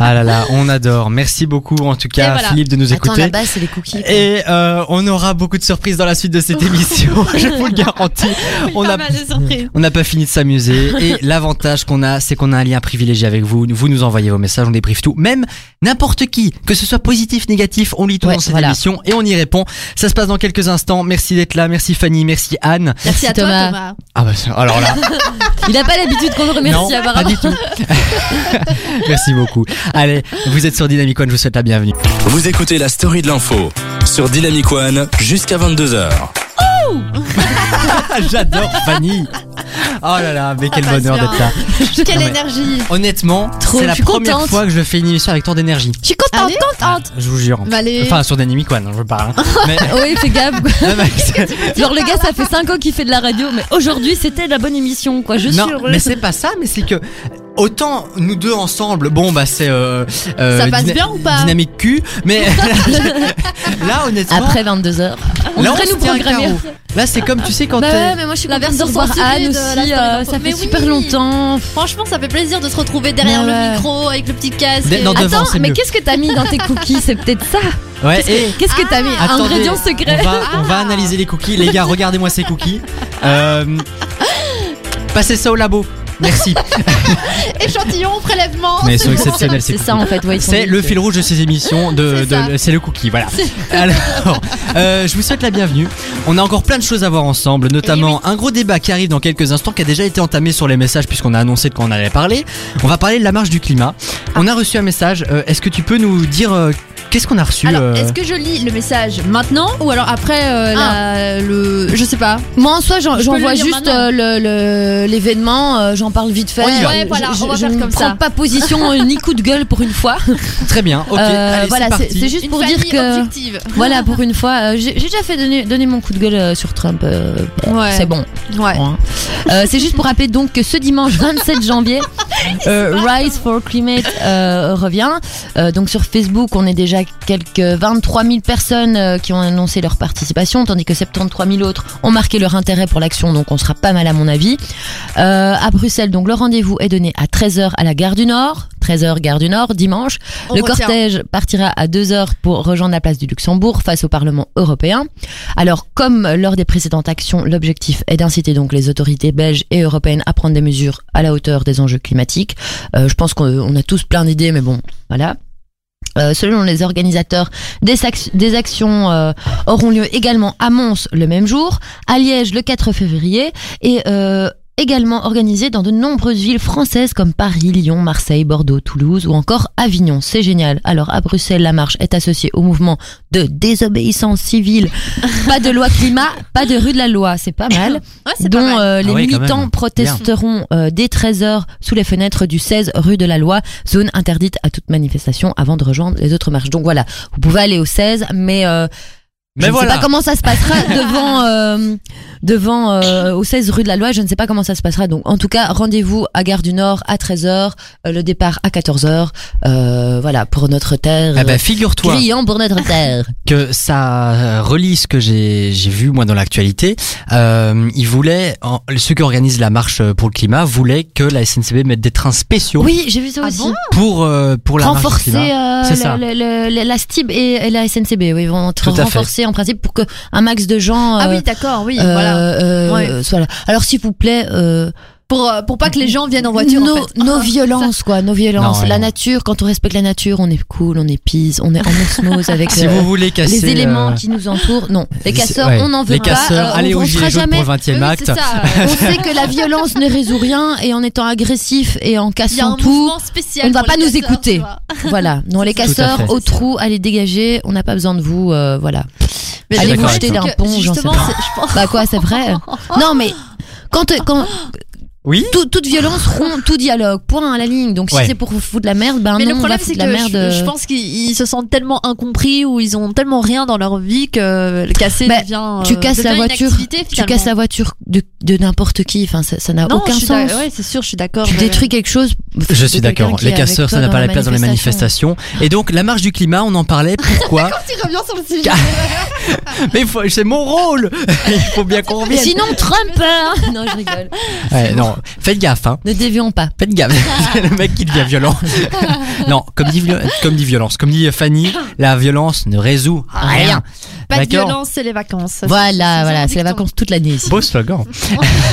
B: Ah là là, on adore. Merci beaucoup en tout
D: Et
B: cas,
D: voilà.
B: Philippe, de nous
C: Attends,
B: écouter.
C: là-bas, c'est les cookies. quoi.
B: Et euh, on aura beaucoup de surprises dans la suite de cette émission, je vous le garantis. On a
D: mal de surprises.
B: on n'a pas fini de s'amuser et l'avantage qu'on a, c'est qu'on a un lien privilégié avec vous. Vous nous envoyez vos messages, on débriefe tout. Même n'importe qui, que ce soit positif, négatif, on lit tout
C: Ouais,
B: dans cette
C: voilà.
B: émission et on y répond. Ça se passe dans quelques instants. Merci d'être là, merci Fanny, merci Anne.
D: Merci à toi
C: Thomas.
D: Thomas.
B: Ah bah alors là,
C: Il a pas l'habitude qu'on le remercie
B: non, pas
C: apparemment.
B: du tout. merci beaucoup. Allez, vous êtes sur Dynamic One, je vous souhaite la bienvenue.
A: Vous écoutez la story de l'info sur Dynamic One jusqu'à 22h.
B: Ah, J'adore Fanny. Oh là là, mais quel
D: passe
B: bonheur
D: bien.
B: d'être là.
D: Quelle
B: Non, mais-
D: énergie.
B: Honnêtement,
C: Trop,
B: c'est la
C: je suis
B: première
C: contente.
B: fois que je fais une émission avec tant d'énergie.
D: Je suis
C: Ah,
D: contente, contente.
B: Je vous jure.
D: Bah, allez.
B: Enfin, sur Dynamic One, je parle. hein. Mais,
C: Ah, Oui, c'est Gab. quoi.
B: Non, mais c'est-
C: Genre le gars, ça fait 5 ans qu'il fait de la radio, mais aujourd'hui c'était la bonne émission, quoi. Je suis
B: non,
C: heureuse.
B: mais c'est pas ça, mais c'est que autant nous deux ensemble, bon bah c'est euh, euh,
D: Ça passe bien ou pas
B: dynamique cul, mais là honnêtement,
C: Après 22 h on
B: là,
C: devrait
B: se
C: nous
B: tient un
C: programmer.
B: carreau. Là c'est comme tu sais quand
C: Bah
B: euh,
C: ouais, mais moi je suis
D: La
C: la
D: version
C: version de revoir Anne
D: censurée de
C: aussi.
D: la story
C: euh,
D: d'enfant.
C: ça fait
D: Mais
C: super
D: oui.
C: longtemps.
G: Franchement, ça fait plaisir de se retrouver derrière
D: Bah
C: Mais ouais.
G: le micro avec le petit casque.
B: d'être dans
G: Ah,
B: devant,
C: Attends,
B: c'est
C: mais
B: mieux.
C: qu'est-ce que t'as mis dans tes cookies C'est peut-être ça.
B: Ouais,
C: Qu'est-ce
B: et
C: que qu'est-ce que t'as mis
B: attendez,
C: Ingrédient secret.
B: On va, on va analyser les cookies, les gars. Regardez-moi ces cookies. Euh, passez ça au labo. Merci.
D: Échantillon, prélèvement.
B: Mais ils sont
D: c'est bon.
B: exceptionnels ces
C: C'est
B: cookies.
C: ça en fait. ouais, ils sont
B: C'est le
C: délicieux.
B: fil rouge de ces émissions, de,
D: C'est
B: de- c'est le cookie, voilà. Alors, euh, je vous souhaite la bienvenue. On a encore plein de choses à voir
C: Eh
B: ensemble, notamment un gros débat qui arrive dans quelques instants, qui a déjà été entamé sur les messages puisqu'on a annoncé de quoi on allait parler. On va parler de la marche du climat. On a reçu un message. euh, Est-ce que tu peux nous dire euh, qu'est-ce qu'on a reçu euh,
D: Alors, est-ce que je lis le message maintenant ou alors après euh, la- le. Je sais pas.
C: Moi en soi, j'en-
D: Je peux le
C: j'envoie
D: lire
C: juste
D: maintenant.
C: euh, le- le- l'événement, euh, j'en parle vite fait.
B: On y va. Ouais,
C: Je-
D: voilà,
C: je-
D: on va
C: je
D: faire
C: ne
D: comme
C: prends
D: ça.
C: pas position euh, ni coup de gueule pour une fois.
B: Très bien, ok.
C: Euh,
B: allez,
C: voilà,
B: c'est
C: c'est
B: parti.
C: c'est juste
D: Une
C: pour dire
D: famille
C: que
D: objective.
C: voilà pour une fois, euh, j'ai j'ai déjà fait donner, donner mon coup de gueule euh, sur Trump. euh, bah,
D: Ouais.
C: C'est bon.
D: Ouais.
C: hein. Euh, c'est juste pour rappeler donc que ce dimanche 27 janvier, euh, Rise for Climate euh, revient. Euh, donc sur Facebook, on est déjà quelques 23 000 personnes euh, qui ont annoncé leur participation, tandis que 73 000 autres ont marqué leur intérêt pour l'action. Donc on sera pas mal à mon avis. Euh, à Bruxelles, donc le rendez-vous est donné à 13h à la gare du Nord. 13h gare du Nord dimanche.
D: On
C: Le
D: retient.
C: cortège partira à 2h pour rejoindre la place du Luxembourg face au Parlement européen. Alors, comme lors des précédentes actions, l'objectif est d'inciter donc les autorités belges et européennes à prendre des mesures à la hauteur des enjeux climatiques. Euh, je pense qu'on on a tous plein d'idées, mais bon, voilà. Euh, selon les organisateurs, des, sac- des actions euh, auront lieu également à Mons le même jour, à Liège le 4 février et euh, également organisées dans de nombreuses villes françaises comme Paris, Lyon, Marseille, Bordeaux, Toulouse ou encore Avignon. C'est génial. Alors à Bruxelles, la marche est associée au mouvement de désobéissance civile. pas de loi climat, pas de rue de la loi, c'est pas mal.
D: Ouais, c'est
C: dont
D: pas mal.
C: euh, les
B: Ah oui, quand
C: militants
B: même.
C: protesteront euh, dès 13h sous les fenêtres du 16 rue de la Loi, zone interdite à toute manifestation avant de rejoindre les autres marches. Donc voilà, vous pouvez aller au 16, mais euh, Je
B: Mais
C: ne sais
B: voilà.
C: pas comment ça se passera devant euh, devant euh, au 16 rue de la Loi. Je ne sais pas comment ça se passera. Donc, en tout cas, rendez-vous à Gare du Nord à 13h, euh, le départ à 14h. Euh, voilà pour notre terre.
B: Eh ben, figure-toi.
C: Criant pour notre terre.
B: que ça euh, relie ce que j'ai j'ai vu moi dans l'actualité. Euh, ils voulaient, en- ceux qui organisent la marche pour le climat voulaient que la SNCB mette des trains spéciaux
C: Oui, j'ai vu ça
D: Ah
C: aussi.
D: bon
B: pour euh, pour la
C: renforcer
B: marche pour
C: euh,
B: C'est ça.
C: le- le- le- la STIB et, et la SNCB. Oui, ils vont être
B: Tout à fait.
C: renforcés en principe pour que un max de gens.
D: Ah
C: euh,
D: oui, d'accord, oui,
C: euh,
D: voilà.
C: euh,
D: Ouais.
C: soient là. Alors s'il vous plaît, euh,
D: Pour, euh, pour pas que les gens viennent en voiture.
C: nos,
D: en fait. Ah.
C: nos violences quoi, nos violences.
B: Non, ouais,
C: la
B: non.
C: nature, quand on respecte la nature, on est cool, on est pisse, on est en osmose avec
B: Si
C: euh,
B: vous voulez casser
C: les éléments
B: euh,
C: qui nous entourent. Non, les
B: c'est-
C: casseurs,
B: ouais.
C: on n'en veut
B: les
C: pas.
B: casseurs,
C: euh,
B: allez
C: on
B: aux
C: ne
B: gilets
C: fera
B: jaunes
C: jamais.
B: pour le 20e
D: Oui,
B: acte.
D: c'est ça.
C: on sait que la violence ne résout rien et en étant agressif
G: Il y
C: et en
G: a un
C: cassant tout,
G: mouvement spécial.
C: on ne va
G: pour
C: pas
G: les
C: nous
G: casseurs,
C: écouter.
G: tu vois.
C: Voilà, non les
B: Tout à fait.
C: casseurs au trou, allez dégager, on n'a pas besoin de vous, euh, voilà.
B: je suis
C: allez vous
B: d'accord
C: jeter
B: avec
C: d'un
D: toi.
C: pont, j'en sais
D: Justement,
C: pas.
D: c'est- je pense-
C: Bah quoi, c'est vrai Non mais quand quand
B: Oui.
C: tout- toute violence rompt tout dialogue, point à la ligne. Donc si
B: Ouais.
C: c'est pour vous foutre la merde, ben
G: Mais
C: non,
G: le
C: on
G: problème,
C: va
G: c'est
C: foutre
G: que
C: la merde. euh.
G: je, je pense qu'ils ils se sentent tellement incompris ou ils ont tellement rien dans leur vie que le casser
C: Bah,
G: devient. euh,
C: tu casses la
G: devient une
C: voiture,
G: activité,
C: tu
G: finalement.
C: casses la voiture de, de n'importe qui, enfin ça ça n'a
G: Non,
C: aucun
G: je suis d'a-
C: sens.
G: Ouais, c'est sûr, je suis d'accord.
C: Tu
G: mais-
C: détruis quelque chose.
B: Je
C: de
B: suis
C: quelqu'un
B: d'accord.
C: qui est
B: Les
C: avec
B: casseurs,
C: toi
B: ça n'a pas la place dans les
C: manifestation.
B: manifestations. Et donc la marche du climat, on en parlait. Pourquoi
D: Tu reviens sur le sujet.
C: Ah,
B: Mais faut- c'est mon rôle. Il faut bien qu'on
C: Mais
B: revienne.
C: Sinon Trump. hein. non je rigole.
B: Ouais, non, faites gaffe. Hein.
C: Ne dévions pas.
B: Faites gaffe, le mec qui devient violent. non, comme dit, viol- comme dit violence, comme dit Fanny, la violence ne résout rien.
D: Pas de
B: D'accord.
D: violence, c'est les vacances.
C: Voilà voilà, c'est les
D: dicton.
C: vacances toute l'année. ici.
B: Beau slogan.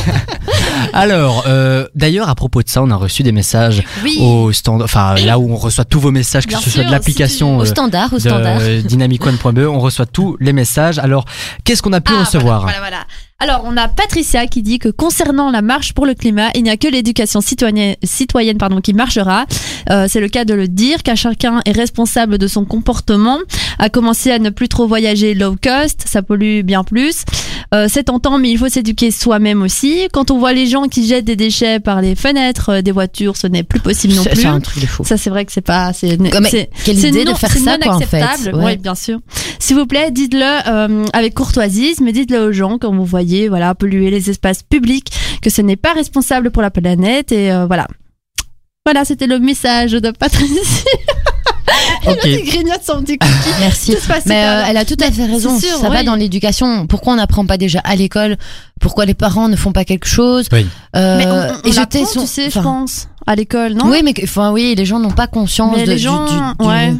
B: Alors, euh, d'ailleurs, à propos de ça, on a reçu des messages
G: Oui.
D: Oh,
B: au stand, enfin là où on reçoit tous vos messages, que
G: Bien
B: ce soit
G: sûr,
B: de l'application
C: Au
B: euh,
C: standard, au standard.
B: de dynamicone.be, on reçoit tous les messages. Alors, qu'est-ce qu'on a pu
D: Ah,
B: recevoir
D: Voilà, voilà. Alors, on a Patricia qui dit que concernant la marche pour le climat, il n'y a que l'éducation citoyenne, citoyenne pardon, qui marchera. Euh, c'est le cas de le dire, car chacun est responsable de son comportement, à commencer à ne plus trop voyager low cost, ça pollue bien plus. Euh, c'est tentant, mais il faut s'éduquer soi-même aussi. Quand on voit les gens qui jettent des déchets par les fenêtres euh, des voitures, ce n'est plus possible non
C: C'est
D: plus.
C: c'est un truc de fou.
D: Ça, c'est vrai que c'est pas. C'est,
C: Comme-
D: c'est-
C: Quelle
D: c'est
C: idée
D: non,
C: de faire
D: c'est
C: ça,
D: non
C: quoi, en fait.
D: acceptable.
C: Ouais.
D: Oui, bien sûr. S'il vous plaît, dites-le euh, avec courtoisie, mais dites-le aux gens, comme vous voyez, voilà, polluer les espaces publics, que ce n'est pas responsable pour la planète, et euh, voilà. Voilà, c'était le message de Patrice.
B: Ok.
D: qui grignote son petit cookie.
C: Merci.
D: Tout se passe
C: Mais
D: pas
C: euh,
D: là.
C: elle a tout à fait raison.
D: c'est sûr,
C: ça va
D: oui.
C: dans l'éducation. Pourquoi on n'apprend pas déjà à l'école Pourquoi les parents ne font pas quelque chose
B: Oui.
C: Euh,
D: Mais on, on
C: et
D: l'apprend,
C: jeter son-
D: tu sais, je
C: enfin,
D: pense, à l'école, non
C: Oui, mais que- enfin, oui, les gens n'ont pas conscience
D: Mais
C: de,
D: les
C: du-
D: gens,
C: du- du-
D: ouais.